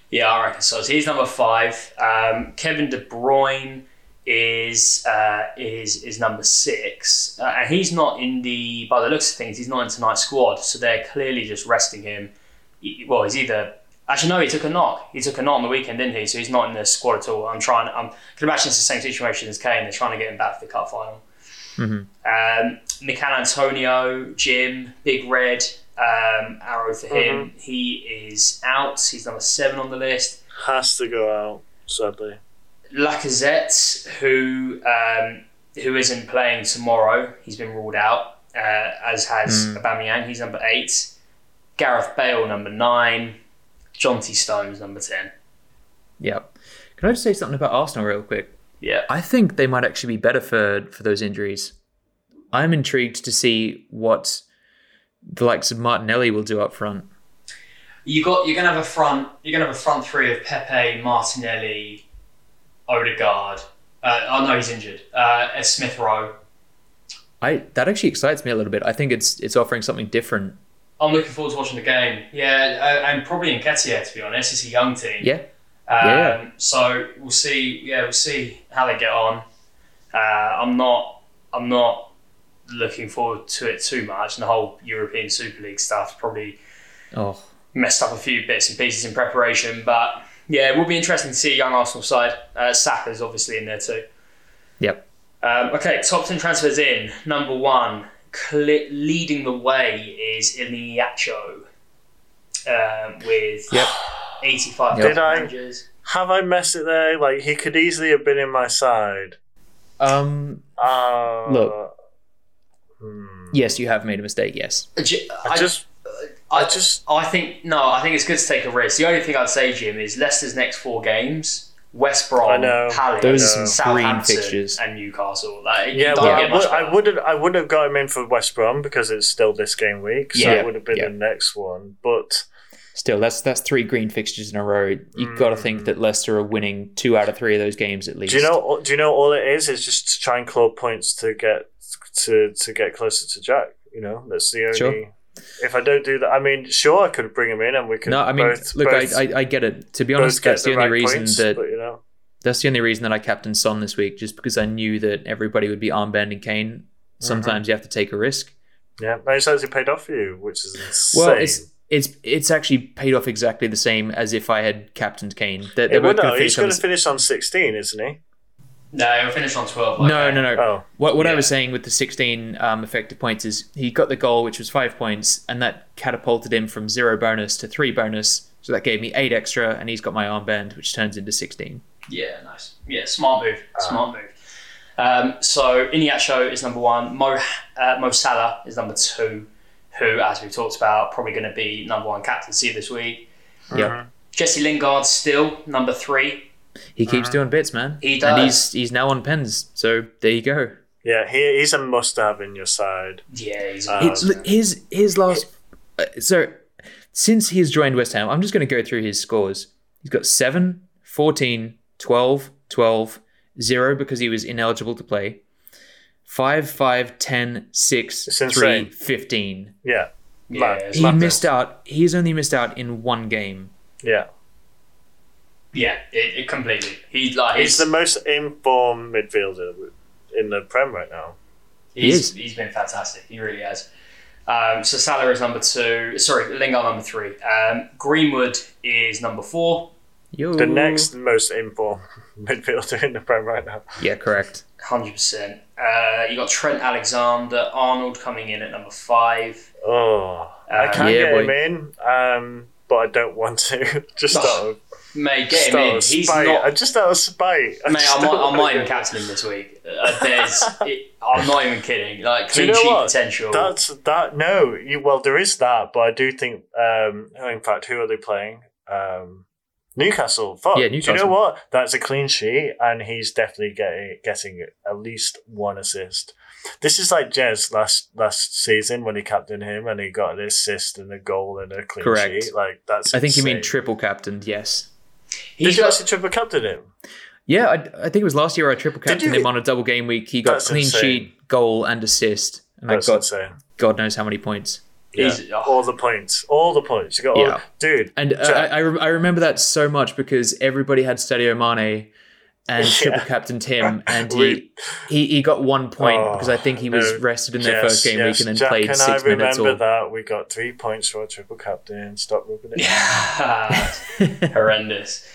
Speaker 3: Yeah, I reckon so. So he's number five. Um, Kevin De Bruyne is uh, is is number six, uh, and he's not in the by the looks of things, he's not in tonight's squad. So they're clearly just resting him. He- well, he's either actually no, he took a knock. He took a knock on the weekend, didn't he? So he's not in the squad at all. I'm trying. I'm can imagine it's the same situation as Kane. They're trying to get him back for the cup final. Um, Mikel Antonio, Jim, Big Red, um, arrow for him. He is out. He's number seven on the list.
Speaker 4: has to go out. Sadly,
Speaker 3: Lacazette, who um, who isn't playing tomorrow, he's been ruled out. Uh, as has
Speaker 2: Mm.
Speaker 3: Aubameyang. He's number eight. Gareth Bale, number nine. Jonty Stones, number ten.
Speaker 2: Yeah. Can I just say something about Arsenal real quick?
Speaker 3: Yeah.
Speaker 2: I think they might actually be better for for those injuries. I'm intrigued to see what the likes of Martinelli will do up front.
Speaker 1: You got. You're going to have a front. You're going to have a front three of Pepe, Martinelli, Odegaard. Uh, oh no, he's injured. Uh, Smith Rowe.
Speaker 2: I that actually excites me a little bit. I think it's it's offering something different.
Speaker 1: I'm looking forward to watching the game. Yeah, uh, and probably in Nketiah, to be honest. It's a young team.
Speaker 2: Yeah.
Speaker 1: Um,
Speaker 2: Yeah.
Speaker 1: So we'll see. Yeah, we'll see how they get on.
Speaker 3: Uh, I'm not. I'm not looking forward to it too much. And the whole European Super League stuff probably
Speaker 2: Oh,
Speaker 3: messed up a few bits and pieces in preparation. But yeah, it will be interesting to see a young Arsenal side. Uh, Saka's obviously in there too.
Speaker 2: Yep.
Speaker 3: Um, okay, top 10 transfers in. Number one, cle leading the way is Iliacho um, with
Speaker 2: Yep.
Speaker 3: 85
Speaker 4: Did I-
Speaker 3: managers.
Speaker 4: have I messed it there? Like he could easily have been in my side.
Speaker 2: um,
Speaker 4: Uh,
Speaker 2: Look.
Speaker 4: hmm.
Speaker 2: yes, you have made a mistake. Yes,
Speaker 3: J-
Speaker 4: I
Speaker 3: I-
Speaker 4: just I
Speaker 3: I
Speaker 4: just
Speaker 3: I think no. I think it's good to take a risk. The only thing I'd say, Jim, is Leicester's next four games: West Brom,
Speaker 4: I know.
Speaker 3: Palace,
Speaker 2: Those
Speaker 4: are some
Speaker 3: Southampton,
Speaker 2: green fixtures.
Speaker 3: and Newcastle. Like, you
Speaker 4: yeah,
Speaker 3: don't
Speaker 4: well,
Speaker 3: get
Speaker 4: I,
Speaker 3: much
Speaker 4: would, I would have I would have got him in for West Brom because it's still this game week, so
Speaker 2: Yeah.
Speaker 4: it would have been
Speaker 2: Yeah.
Speaker 4: the next one. But
Speaker 2: Still, that's that's three green fixtures in a row. You have got to think that Leicester are winning two out of three of those games at least.
Speaker 4: Mm. do you know do you know all it is is just to try and claw points to get to to get closer to Jack. You know, that's the only.
Speaker 2: Sure.
Speaker 4: If I don't do that, I mean, sure, I could bring him in and we could.
Speaker 2: No, I mean,
Speaker 4: both,
Speaker 2: look,
Speaker 4: both,
Speaker 2: I, I I get it. To be
Speaker 4: both
Speaker 2: honest,
Speaker 4: get
Speaker 2: that's the, only
Speaker 4: right
Speaker 2: reason
Speaker 4: points,
Speaker 2: that
Speaker 4: But, you know,
Speaker 2: that's the only reason that I captained Son this week, just because I knew that everybody would be armbanding Kane. Sometimes
Speaker 4: Mm-hmm.
Speaker 2: you have to take a risk.
Speaker 4: yeah, no, it's actually paid off for you, which is insane.
Speaker 2: Well, it's it's it's actually paid off exactly the same as if I had captained Kane. They're,
Speaker 4: Hey,
Speaker 2: they're
Speaker 4: well,
Speaker 2: both gonna
Speaker 4: no,
Speaker 2: finish
Speaker 4: he's
Speaker 2: on
Speaker 4: going
Speaker 2: the
Speaker 4: to finish on 16, isn't he?
Speaker 1: No, he'll finish on 12. like
Speaker 2: No,
Speaker 1: that.
Speaker 2: no, no.
Speaker 4: Oh.
Speaker 2: What, what I
Speaker 1: Yeah.
Speaker 2: was saying with the 16 um, effective points is he got the goal, which was five points, and that catapulted him from zero bonus to three bonus. So that gave me eight extra, and he's got my armband, which turns into 16.
Speaker 1: Yeah, nice. Yeah, smart move.
Speaker 2: Uh.
Speaker 3: smart move. Um, so Iniacho is number one. Mo, uh, Mo Salah is number two, who, as we've talked about, probably going to be number one captaincy this week.
Speaker 2: Yeah.
Speaker 3: Jesse Lingard still number three.
Speaker 2: He keeps doing bits, man.
Speaker 3: Uh-huh. He
Speaker 2: And he's,
Speaker 3: does.
Speaker 2: he's now on pens. So there you go.
Speaker 4: Yeah, he, he's a must have in your side.
Speaker 3: Yeah, he's
Speaker 4: Uh,
Speaker 2: He- look, his, his last. Uh, so since he's joined West Ham, I'm just going to go through his scores. He's got 7, 14, 12, 12, 0 because he was ineligible to play. 5, 5, 10, 6,
Speaker 4: It's
Speaker 2: 3,
Speaker 4: insane.
Speaker 2: 15.
Speaker 4: Yeah.
Speaker 3: yeah,
Speaker 4: Mad.
Speaker 3: it's
Speaker 2: He
Speaker 3: mad.
Speaker 2: missed out. He's only missed out in one game.
Speaker 4: Yeah.
Speaker 3: Yeah, it, it completely. He like
Speaker 4: He's
Speaker 3: he's,
Speaker 4: the most informed midfielder in the Prem right now.
Speaker 2: He
Speaker 3: he's,
Speaker 2: is.
Speaker 3: he's been fantastic. He really has. Um, so Salah is number two. Sorry, Lingard number three. Um, Greenwood is number four.
Speaker 2: Yo.
Speaker 4: The next most informed midfielder in the Prem right now.
Speaker 2: Yeah, correct.
Speaker 3: Hundred percent. Uh, you got Trent Alexander Arnold coming in at number five.
Speaker 4: Oh. I
Speaker 3: Uh,
Speaker 4: can't
Speaker 2: yeah,
Speaker 4: get
Speaker 2: boy.
Speaker 4: him in, um, but I don't want to. just out of,
Speaker 3: Mate, get
Speaker 4: just
Speaker 3: him
Speaker 4: out
Speaker 3: in.
Speaker 4: of
Speaker 3: He's
Speaker 4: spite.
Speaker 3: not.
Speaker 4: I just out of spite. I
Speaker 3: Mate,
Speaker 4: just
Speaker 3: I might,
Speaker 4: don't
Speaker 3: I
Speaker 4: want
Speaker 3: might
Speaker 4: to.
Speaker 3: even captain him this week. Uh, there's, it, I'm not even kidding. Like
Speaker 4: Do you
Speaker 3: clean
Speaker 4: know
Speaker 3: sheet
Speaker 4: what?
Speaker 3: potential.
Speaker 4: That's that. No, you, well, there is that, but I do think. Um, oh, in fact, who are they playing? Um, Newcastle. Fuck.
Speaker 2: Yeah,
Speaker 4: Do you
Speaker 2: Newcastle.
Speaker 4: know what? That's a clean sheet, and he's definitely getting getting at least one assist. This is like Jez last last season when he captained him, and he got an assist and a goal and a clean
Speaker 2: Correct.
Speaker 4: sheet. Like that's.
Speaker 2: I think you mean
Speaker 4: insane.
Speaker 2: triple captained, yes.
Speaker 4: Did
Speaker 3: He's
Speaker 4: you
Speaker 3: got-
Speaker 4: actually triple captain him?
Speaker 2: Yeah, I, I think it was last year I triple
Speaker 4: Did
Speaker 2: captained
Speaker 4: you-
Speaker 2: him on a double game week. He got
Speaker 4: That's
Speaker 2: clean
Speaker 4: insane.
Speaker 2: sheet, goal, and assist. And I
Speaker 4: That's
Speaker 2: got
Speaker 4: insane.
Speaker 2: God knows how many points.
Speaker 3: he's-
Speaker 4: Yeah. All the points. All the points. You got all,
Speaker 2: Yeah.
Speaker 4: dude.
Speaker 2: And uh,
Speaker 4: Jack.
Speaker 2: I, I, re- I remember that so much because everybody had Stadio Mane and triple
Speaker 4: Yeah.
Speaker 2: captain Tim, and he,
Speaker 4: We-
Speaker 2: he he got one point
Speaker 4: Oh,
Speaker 2: because I think he was
Speaker 4: no.
Speaker 2: rested in their
Speaker 4: Yes,
Speaker 2: first game
Speaker 4: yes.
Speaker 2: week and then
Speaker 4: Jack
Speaker 2: played
Speaker 4: and
Speaker 2: six
Speaker 4: I remember
Speaker 2: minutes. Or
Speaker 4: that we got three points for a triple captain. Stop rubbing it.
Speaker 3: horrendous.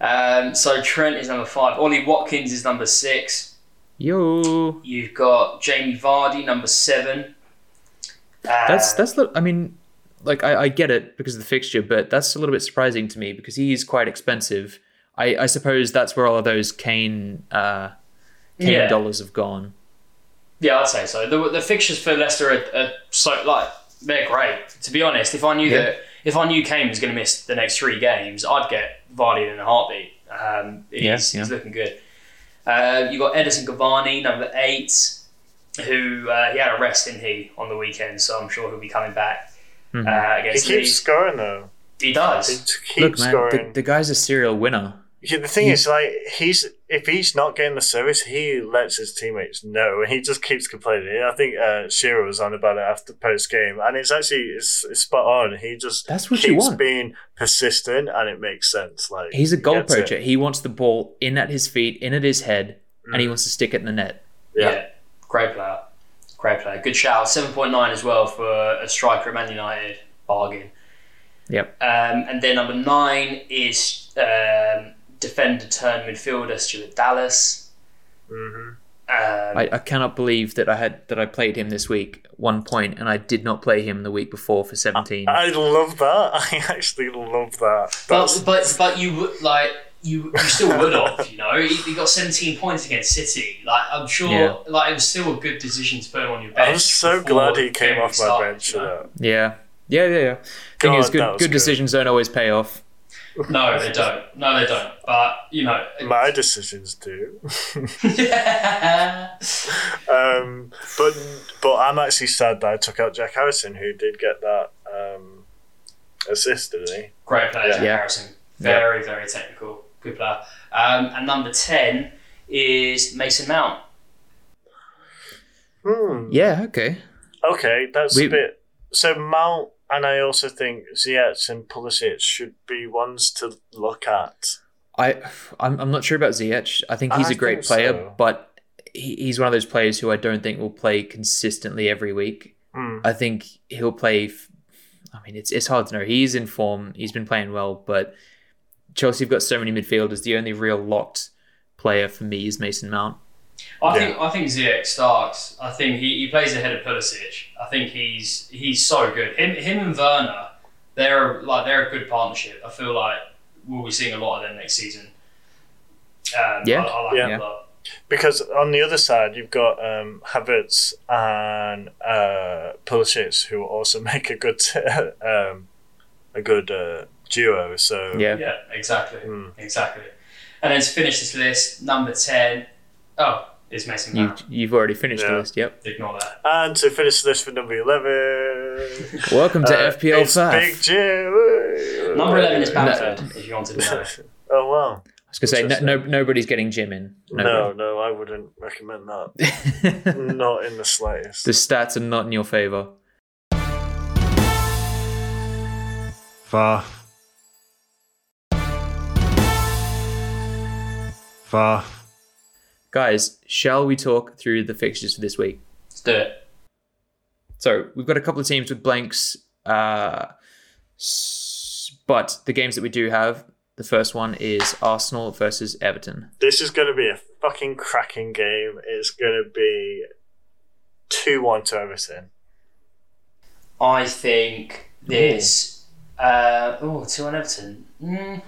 Speaker 3: Um, so Trent is number five. Ollie Watkins is number six.
Speaker 2: yo,
Speaker 3: You've got Jamie Vardy number seven. Uh,
Speaker 2: that's that's the. I mean, like I, I get it because of the fixture, but that's a little bit surprising to me because he is quite expensive. I, I suppose that's where all of those Kane uh, Kane
Speaker 3: yeah.
Speaker 2: dollars have gone.
Speaker 3: Yeah, I'd say so. The, the fixtures for Leicester are, are so like they're great. To be honest, if I knew
Speaker 2: Yeah.
Speaker 3: that if I knew Kane was going to miss the next three games, I'd get Vardy in a heartbeat. Um, he's,
Speaker 2: Yeah,
Speaker 3: he's
Speaker 2: yeah.
Speaker 3: looking good. Uh, you got Edison Cavani, number eight, who uh, he had a rest in he on the weekend, so I'm sure he'll be coming back
Speaker 2: Mhm.
Speaker 3: uh,
Speaker 4: He
Speaker 3: against
Speaker 4: keeps
Speaker 3: Leeds.
Speaker 4: scoring though.
Speaker 3: He
Speaker 4: He
Speaker 3: does.
Speaker 4: t- keeps
Speaker 2: Look, man, the,
Speaker 4: scoring.
Speaker 2: the guy's a serial winner.
Speaker 4: Yeah, the thing
Speaker 2: he-
Speaker 4: is, like, he's if he's not getting the service, he lets his teammates know, and he just keeps complaining. I think uh, Shearer was on about it after post game, and it's actually it's, it's spot on. He just
Speaker 2: That's what you
Speaker 4: keeps
Speaker 2: want.
Speaker 4: being persistent, and it makes sense. Like
Speaker 2: He's a
Speaker 4: he
Speaker 2: goal
Speaker 4: gets it.
Speaker 2: poacher. He wants the ball in at his feet, in at his head, and
Speaker 4: Mm.
Speaker 2: he wants to stick it in the net.
Speaker 4: Yeah.
Speaker 3: great player, great player. Good shout. Seven point nine as well for a striker at Man United. Bargain.
Speaker 2: Yep.
Speaker 3: Um, and then number nine is um, defender turned midfielder Stuart Dallas.
Speaker 2: Mm-hmm.
Speaker 4: Mhm.
Speaker 3: Um,
Speaker 2: I, I cannot believe that I had that I played him this week one point, and I did not play him the week before for seventeen.
Speaker 4: I love that. I actually love that. That's
Speaker 1: But, but, but you would, like, you, you still would have, you know? He, he got 17 points against City. Like, I'm sure,
Speaker 2: Yeah.
Speaker 1: like, it was still a good decision to put him on your bench.
Speaker 4: I'm so
Speaker 1: before
Speaker 4: glad he
Speaker 1: the game
Speaker 4: came off my
Speaker 1: started,
Speaker 4: bench.
Speaker 1: you know?
Speaker 4: for that.
Speaker 2: yeah, Yeah, yeah, yeah. Thing
Speaker 4: God,
Speaker 2: is, good
Speaker 4: that
Speaker 2: good,
Speaker 4: was good.
Speaker 2: decisions don't always pay off.
Speaker 1: No, they don't. No, they don't. But you know,
Speaker 4: My decisions do.
Speaker 1: yeah.
Speaker 4: Um, but but I'm actually sad that I took out Jack Harrison, who did get that um, assist, didn't he?
Speaker 1: great player, Jack
Speaker 2: Yeah.
Speaker 1: Harrison.
Speaker 2: Yeah.
Speaker 1: Very, very technical. Good player.
Speaker 3: Um, and number 10 is Mason Mount.
Speaker 4: Hmm.
Speaker 2: Yeah, okay.
Speaker 4: Okay, that's
Speaker 2: We-
Speaker 4: a bit. So Mount and I also think Ziyech and Pulisic should be ones to look at.
Speaker 2: I I'm, I'm not sure about Ziyech. I think he's
Speaker 4: I
Speaker 2: a great
Speaker 4: think
Speaker 2: player,
Speaker 4: so.
Speaker 2: but he, he's one of those players who I don't think will play consistently every week.
Speaker 4: Hmm.
Speaker 2: I think he'll play. f- I mean, it's it's hard to know. He's in form. He's been playing well, but Chelsea have got so many midfielders. The only real locked player for me is Mason Mount.
Speaker 1: I
Speaker 4: Yeah.
Speaker 1: think I think Ziyech starts. I think he, he plays ahead of Pulisic. I think he's he's so good. Him him and Werner, they're like they're a good partnership. I feel like we'll be seeing a lot of them next season. Um,
Speaker 2: Yeah.
Speaker 1: I, I like
Speaker 4: Yeah.
Speaker 1: him a lot.
Speaker 4: Because on the other side, you've got um, Havertz and uh, Pulisic, who also make a good um, a good uh, duo. So
Speaker 2: Yeah.
Speaker 1: Yeah, exactly,
Speaker 4: Hmm.
Speaker 1: exactly. And then to finish this list, number ten. Oh, is Mason
Speaker 2: You
Speaker 1: Mount.
Speaker 2: you've already finished the
Speaker 4: Yeah.
Speaker 2: list. Yep.
Speaker 1: Ignore that.
Speaker 4: and to finish this with number eleven,
Speaker 2: Welcome to
Speaker 4: uh,
Speaker 2: FPL
Speaker 4: it's
Speaker 2: Five.
Speaker 4: Big Jim.
Speaker 3: Number 11 is
Speaker 2: Mount.
Speaker 3: Bamford, if you wanted to know.
Speaker 4: Oh wow!
Speaker 2: I was gonna say no, no, nobody's getting Jim in.
Speaker 4: No, no, I wouldn't recommend that.
Speaker 2: Nobody.
Speaker 4: Not in the slightest.
Speaker 2: the stats are not in your favor.
Speaker 4: Far. Far.
Speaker 2: Guys, shall we talk through the fixtures for this week?
Speaker 3: Let's do it.
Speaker 2: So we've got a couple of teams with blanks, uh, s- but the games that we do have, the first one is Arsenal versus Everton.
Speaker 4: This is going to be a fucking cracking game. It's going to be 2 1 to Everton.
Speaker 3: I think this. Uh, oh, two on Everton. Mm.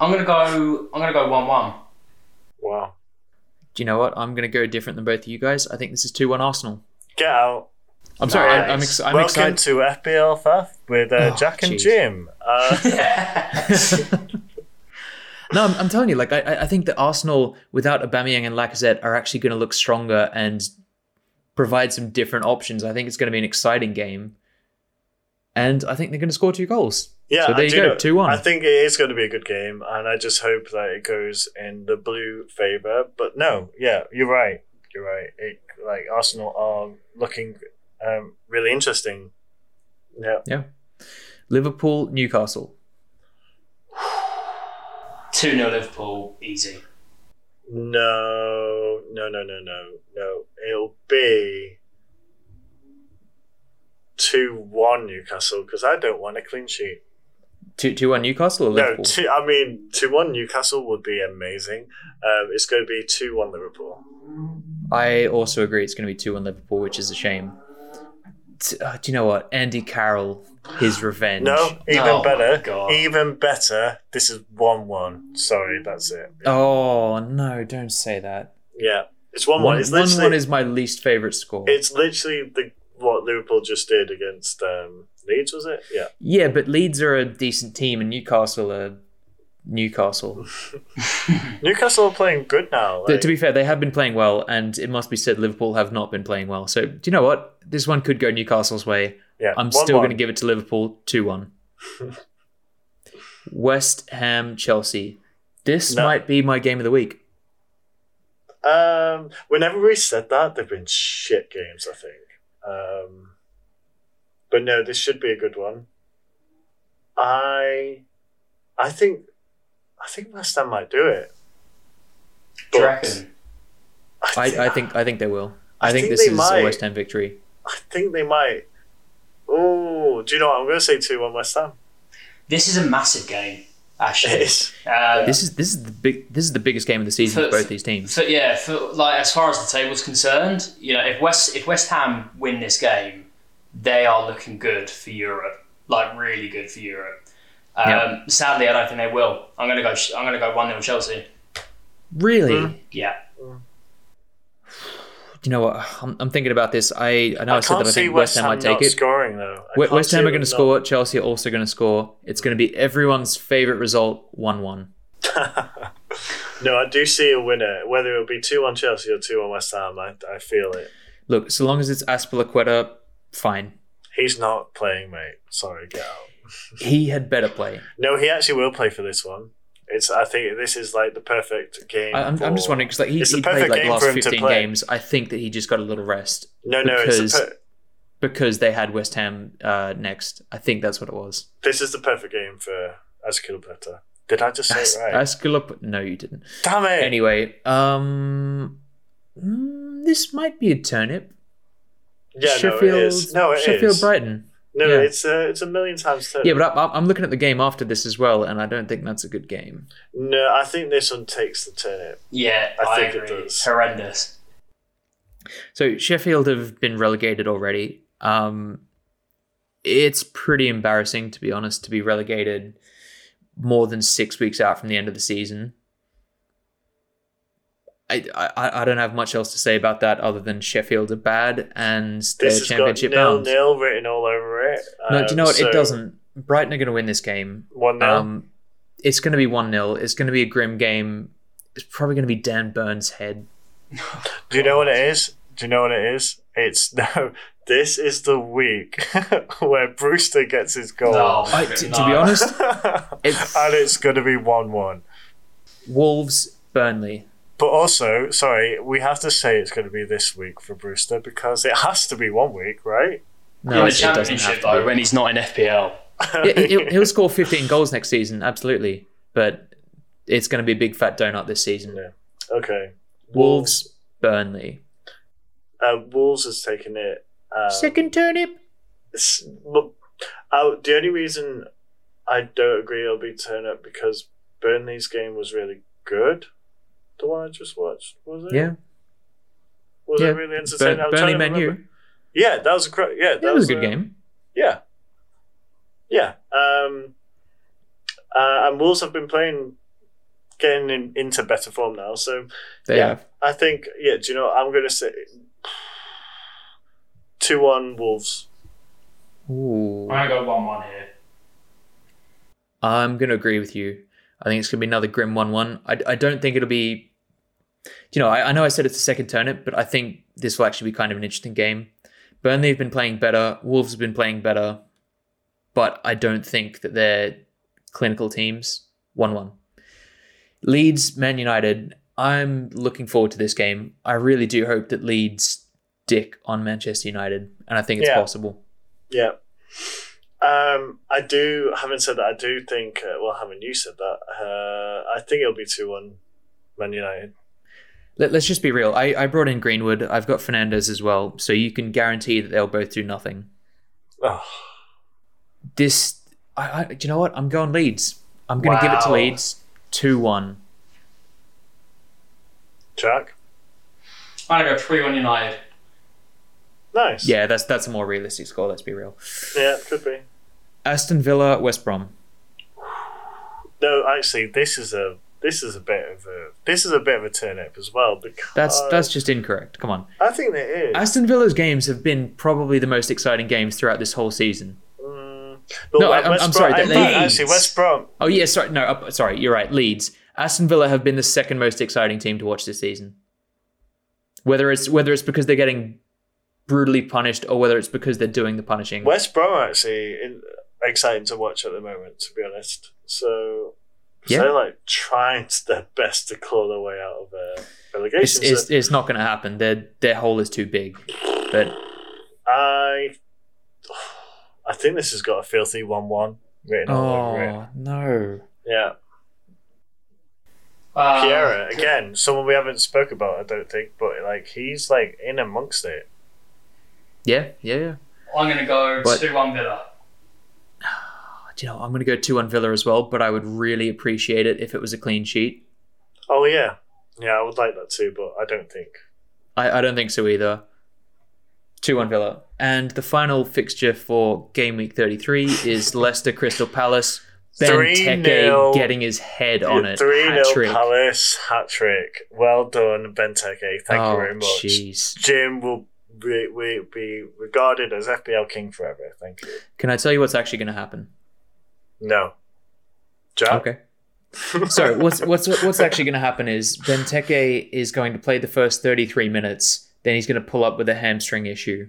Speaker 3: I'm gonna go. I'm gonna go one-one.
Speaker 4: Wow.
Speaker 2: Do you know what? I'm going to go different than both of you guys. I think this is 2 1 Arsenal.
Speaker 4: Get out.
Speaker 2: I'm sorry, I- I'm, ex-
Speaker 3: Nice.
Speaker 2: I'm
Speaker 4: Welcome
Speaker 2: excited.
Speaker 4: to FBL Faff with uh,
Speaker 2: Oh,
Speaker 4: Jack and
Speaker 2: jeez.
Speaker 4: Jim. Uh,
Speaker 2: no, I'm, I'm telling you, like I- I, I think that Arsenal without Aubameyang and Lacazette are actually going to look stronger and provide some different options. I think it's going to be an exciting game, and I think they're going to score two goals.
Speaker 4: yeah,
Speaker 2: so there
Speaker 4: I
Speaker 2: you
Speaker 4: do
Speaker 2: go,
Speaker 4: know-
Speaker 2: two one.
Speaker 4: I think it is going to be a good game, and I just hope that it goes in the blue favour. But no, yeah, you're right. You're right. It, like Arsenal are looking um, really interesting. Yeah.
Speaker 2: Liverpool, Newcastle.
Speaker 3: Two 0 Liverpool, easy.
Speaker 4: No, no, no, no, no, no. It'll be 2 1 Newcastle because I don't want a clean sheet.
Speaker 2: Two two one Newcastle or
Speaker 4: No,
Speaker 2: Liverpool?
Speaker 4: two, I mean, 2 1 Newcastle would be amazing. Um, it's going to be 2 1 Liverpool.
Speaker 2: I also agree it's going to be two one Liverpool, which is a shame. T- uh, do you know what? Andy Carroll, his revenge.
Speaker 4: No, even
Speaker 3: Oh my
Speaker 4: better.
Speaker 3: God.
Speaker 4: Even better. This is 1 1. Sorry, that's it.
Speaker 2: Oh no! Don't say that.
Speaker 4: Yeah, it's 1 1.
Speaker 2: One
Speaker 4: It's
Speaker 2: one
Speaker 4: literally,
Speaker 2: one is my least favorite score.
Speaker 4: it's literally the what Liverpool just did against um, Leeds, was it? Yeah.
Speaker 2: Yeah, but Leeds are a decent team, and Newcastle are Newcastle.
Speaker 4: Newcastle are playing good now.
Speaker 2: Th-
Speaker 4: like-
Speaker 2: to be fair, they have been playing well, and it must be said Liverpool have not been playing well. So do you know what? This one could go Newcastle's way.
Speaker 4: Yeah,
Speaker 2: I'm
Speaker 4: one
Speaker 2: still
Speaker 4: one.
Speaker 2: going to give it to Liverpool two one. West Ham Chelsea. This
Speaker 4: No.
Speaker 2: might be my game of the week.
Speaker 4: Um, whenever we said that, they've been shit games. I think. Um, but no, this should be a good one. I, I think, I think West Ham might do it.
Speaker 3: Do you
Speaker 4: But
Speaker 3: reckon?
Speaker 4: I,
Speaker 2: I, I think I think they will. I, think, this
Speaker 4: they
Speaker 2: is
Speaker 4: might.
Speaker 2: a West Ham victory.
Speaker 4: I think they might. Oh, do you know what? I'm going to say two one West Ham.
Speaker 3: This is a massive game,
Speaker 4: It
Speaker 3: actually.
Speaker 4: is.
Speaker 3: Um,
Speaker 2: This is this is the big this is the biggest game of the season for
Speaker 3: For-
Speaker 2: both these teams.
Speaker 3: So yeah, for, like as far as the table's concerned, you know, if West if West Ham win this game, they are looking good for Europe, like really good for Europe. Um,
Speaker 2: Yeah.
Speaker 3: Sadly, I don't think they will. I'm gonna go. I'm
Speaker 4: Hmm.
Speaker 3: gonna go one 0 Chelsea.
Speaker 2: Really?
Speaker 4: Mm.
Speaker 3: Yeah,
Speaker 2: you know what? I'm, I'm thinking about this. I, I know I, said
Speaker 4: can't
Speaker 2: that I
Speaker 4: see
Speaker 2: think West Ham might take
Speaker 4: not
Speaker 2: it.
Speaker 4: scoring though. I
Speaker 2: We-
Speaker 4: can't
Speaker 2: West Ham
Speaker 4: see
Speaker 2: are going to
Speaker 4: them not-
Speaker 2: score. Chelsea are also going to score. It's going to be everyone's favorite result, one-one.
Speaker 4: No, I do see a winner. Whether it'll be two on Chelsea or two on West Ham, I, I feel it.
Speaker 2: Look, so long as it's Aspilaqueta, fine.
Speaker 4: He's not playing, mate. Sorry, get out.
Speaker 2: He had better play.
Speaker 4: No, he actually will play for this one. It's. I think this is like the perfect game.
Speaker 2: I, I'm, I'm just
Speaker 4: for-
Speaker 2: wondering because like he,
Speaker 4: It's the
Speaker 2: he played
Speaker 4: perfect
Speaker 2: like the
Speaker 4: game
Speaker 2: last
Speaker 4: for him to
Speaker 2: 15
Speaker 4: play.
Speaker 2: games. I think that he just got a little rest
Speaker 4: No, no, it's
Speaker 2: because-
Speaker 4: the per-
Speaker 2: because they had West Ham uh, next. I think that's what it was.
Speaker 4: this is the perfect game for Azpilicueta. Did I just say
Speaker 2: As-
Speaker 4: it right?
Speaker 2: Asculap- no, you didn't.
Speaker 4: Damn it!
Speaker 2: Anyway, um, mm, this might be a turnip.
Speaker 4: yeah,
Speaker 2: Sheffield,
Speaker 4: no, it is. No, it is.
Speaker 2: Sheffield Brighton.
Speaker 4: No,
Speaker 2: yeah.
Speaker 4: it's a, it's a million times turnip.
Speaker 2: Yeah, but I- I'm, I'm looking at the game after this as well, and I don't think that's a good game.
Speaker 4: no, I think this one takes the turnip.
Speaker 3: Yeah,
Speaker 4: I
Speaker 3: I,
Speaker 4: think it
Speaker 3: agree.
Speaker 4: does.
Speaker 3: It's horrendous.
Speaker 2: So Sheffield have been relegated already. Um, it's pretty embarrassing, to be honest, to be relegated more than six weeks out from the end of the season. I, I, I don't have much else to say about that other than Sheffield are bad and they're
Speaker 4: This has got
Speaker 2: championship
Speaker 4: nil
Speaker 2: bound.
Speaker 4: nil written all over it.
Speaker 2: No, do you know what?
Speaker 4: Um, so
Speaker 2: it doesn't. Brighton are going to win this game.
Speaker 4: One nil.
Speaker 2: Um, it's going to be 1 0. It's going to be a grim game. It's probably going to be Dan Burns' head.
Speaker 4: Do you know what it is? Do you know what it is? It's no. This is the week where Brewster gets his goal.
Speaker 1: No,
Speaker 2: I-
Speaker 1: no.
Speaker 2: to, to be honest, it's
Speaker 4: and it's going to be 1 1.
Speaker 2: Wolves, Burnley.
Speaker 4: But also, sorry, we have to say it's going to be this week for Brewster because it has to be one week, right?
Speaker 2: No,
Speaker 1: in the
Speaker 2: it doesn't have
Speaker 1: championship
Speaker 2: to
Speaker 1: though,
Speaker 2: be.
Speaker 1: when he's not in FPL.
Speaker 2: Yeah, he'll, he'll score 15 goals next season, absolutely. But it's going to be a big fat donut this season.
Speaker 4: Yeah. okay.
Speaker 2: Wolves, Burnley.
Speaker 4: Uh, Wolves has taken it.
Speaker 1: Uh,
Speaker 4: Um,
Speaker 2: Second turnip.
Speaker 4: s- well, I, uh, the only reason I don't agree it'll be turn up because Burnley's game was really good. The one I just watched was it?
Speaker 2: Yeah,
Speaker 4: Was
Speaker 2: yeah.
Speaker 4: it really entertaining?
Speaker 2: Bur-
Speaker 4: I'm
Speaker 2: Burnley
Speaker 4: trying to remember.
Speaker 2: menu.
Speaker 4: Yeah, that was a cr- yeah. That
Speaker 2: That was a good
Speaker 1: uh,
Speaker 4: game.
Speaker 2: game.
Speaker 4: Yeah. Yeah. Um, uh, and Wolves have been playing, getting in, into better form now. So
Speaker 2: They
Speaker 4: yeah.
Speaker 2: have.
Speaker 4: I think, yeah, do you know what? I'm going to say 2 1 Wolves.
Speaker 2: Ooh.
Speaker 1: I'm gonna go one-one here.
Speaker 2: I'm going to agree with you. I think it's going to be another grim 1 1. I, I don't think it'll be. You know, I, I know I said it's the second turnip, but I think this will actually be kind of an interesting game. Burnley have been playing better. Wolves have been playing better. But I don't think that they're clinical teams. 1 1. Leeds, Man United. I'm looking forward to this game. I really do hope that Leeds dick on Manchester United, and I think it's
Speaker 4: Yeah.
Speaker 2: possible.
Speaker 4: Yeah. Um, I do, having said that, I do think, uh, well, haven't you said that? Uh, I think it'll be 2 1 Man United.
Speaker 2: Let, let's just be real. I, I brought in Greenwood. I've got Fernandez as well, so you can guarantee that they'll both do nothing.
Speaker 4: Oh,
Speaker 2: This, I, I do you know what? I'm going Leeds. I'm going to give it to
Speaker 3: Wow.
Speaker 2: Leeds two one.
Speaker 4: Jack?
Speaker 1: I'm gonna go three-one United.
Speaker 4: Nice.
Speaker 2: Yeah, that's that's a more realistic score. Let's be real.
Speaker 4: Yeah, could be.
Speaker 2: Aston Villa, West Brom.
Speaker 4: No, actually, this is a this is a bit of a this is a bit of a turnip as well because
Speaker 2: That's that's just incorrect. Come on.
Speaker 4: I think it is.
Speaker 2: Aston Villa's games have been probably the most exciting games throughout this whole season.
Speaker 4: Mm, but
Speaker 2: No,
Speaker 4: we-
Speaker 2: I- I'm-
Speaker 4: West
Speaker 2: I'm
Speaker 4: Brom-
Speaker 2: sorry,
Speaker 4: in
Speaker 2: that
Speaker 4: fact,
Speaker 2: Leeds-
Speaker 4: Actually, West Brom.
Speaker 2: Oh yeah, sorry. No, uh, sorry. You're right. Leeds. Aston Villa have been the second most exciting team to watch this season. Whether it's whether it's because they're getting brutally punished or whether it's because they're doing the punishing.
Speaker 4: West Brom are actually in, exciting to watch at the moment, to be honest. So, so
Speaker 2: Yeah.
Speaker 4: they're like trying to their best to claw their way out of uh, relegation.
Speaker 2: It's, it's,
Speaker 4: So
Speaker 2: it's not going to happen. Their their hole is too big. But
Speaker 4: I, I think this has got a filthy one-one written all over it.
Speaker 2: oh no,
Speaker 4: Yeah,
Speaker 1: Uh,
Speaker 4: Piera again, someone we haven't spoke about, I don't think, but like he's like in amongst it.
Speaker 2: yeah, yeah, yeah.
Speaker 1: I'm gonna go
Speaker 2: But-
Speaker 1: two-one Villa.
Speaker 2: Do you know, I'm going to go two one Villa as well. But I would really appreciate it if it was a clean sheet.
Speaker 4: Oh yeah, yeah, I would like that too, but I don't think.
Speaker 2: I, I don't think so either. Two one Villa, and the final fixture for game week 33 is Leicester Crystal Palace. Ben
Speaker 4: 3-0.
Speaker 2: Teke getting his head on it.
Speaker 4: 3
Speaker 2: Hat
Speaker 4: 0
Speaker 2: trick.
Speaker 4: Palace hat trick. Well done, Benteke. Thank
Speaker 2: oh,
Speaker 4: you very much.
Speaker 2: Jeez.
Speaker 4: Jim will be, be, be regarded as FPL king forever. Thank you.
Speaker 2: Can I tell you what's actually going to happen?
Speaker 4: No. Jack?
Speaker 2: Okay. so what's what's what's actually going to happen is Benteke is going to play the first 33 minutes, then he's going to pull up with a hamstring issue.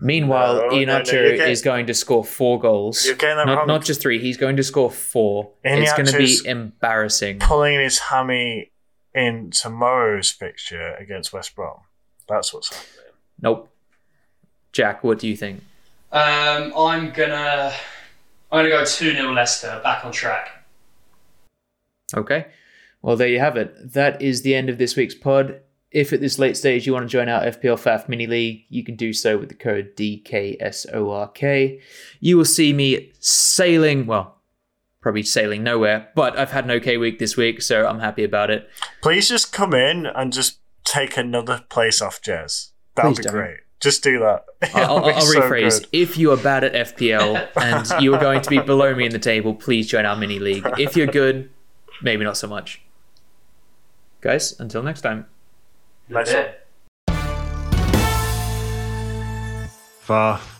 Speaker 2: Meanwhile,
Speaker 4: No, no, no,
Speaker 2: Iheanacho
Speaker 4: you can't-
Speaker 2: is going to score four goals.
Speaker 4: You can't have
Speaker 2: Not,
Speaker 4: Ham-
Speaker 2: not just three. He's going to score four. it's going to
Speaker 4: Iheanacho's-
Speaker 2: be embarrassing.
Speaker 4: Pulling his hammy in tomorrow's fixture against West Brom. That's what's happening.
Speaker 2: Nope. Jack, what do you think?
Speaker 1: Um, I'm gonna I'm gonna go two 0 Leicester back on track.
Speaker 2: Okay. Well, there you have it. That is the end of this week's pod. If at this late stage you want to join our FPL FAF mini league, you can do so with the code DKSORK. You will see me sailing, well, probably sailing nowhere, but I've had an okay week this week, so I'm happy about it.
Speaker 4: Please just come in and just take another place off Jez. That'd
Speaker 2: Please
Speaker 4: be
Speaker 2: don't.
Speaker 4: great. Just do that.
Speaker 2: I'll, I'll,
Speaker 4: It'll be
Speaker 2: I'll
Speaker 4: so
Speaker 2: rephrase.
Speaker 4: good.
Speaker 2: If you are bad at FPL and you are going to be below me in the table, please join our mini league. If you're good, maybe not so much. Guys, until next time.
Speaker 4: Nice
Speaker 1: Yeah.
Speaker 4: one. Far,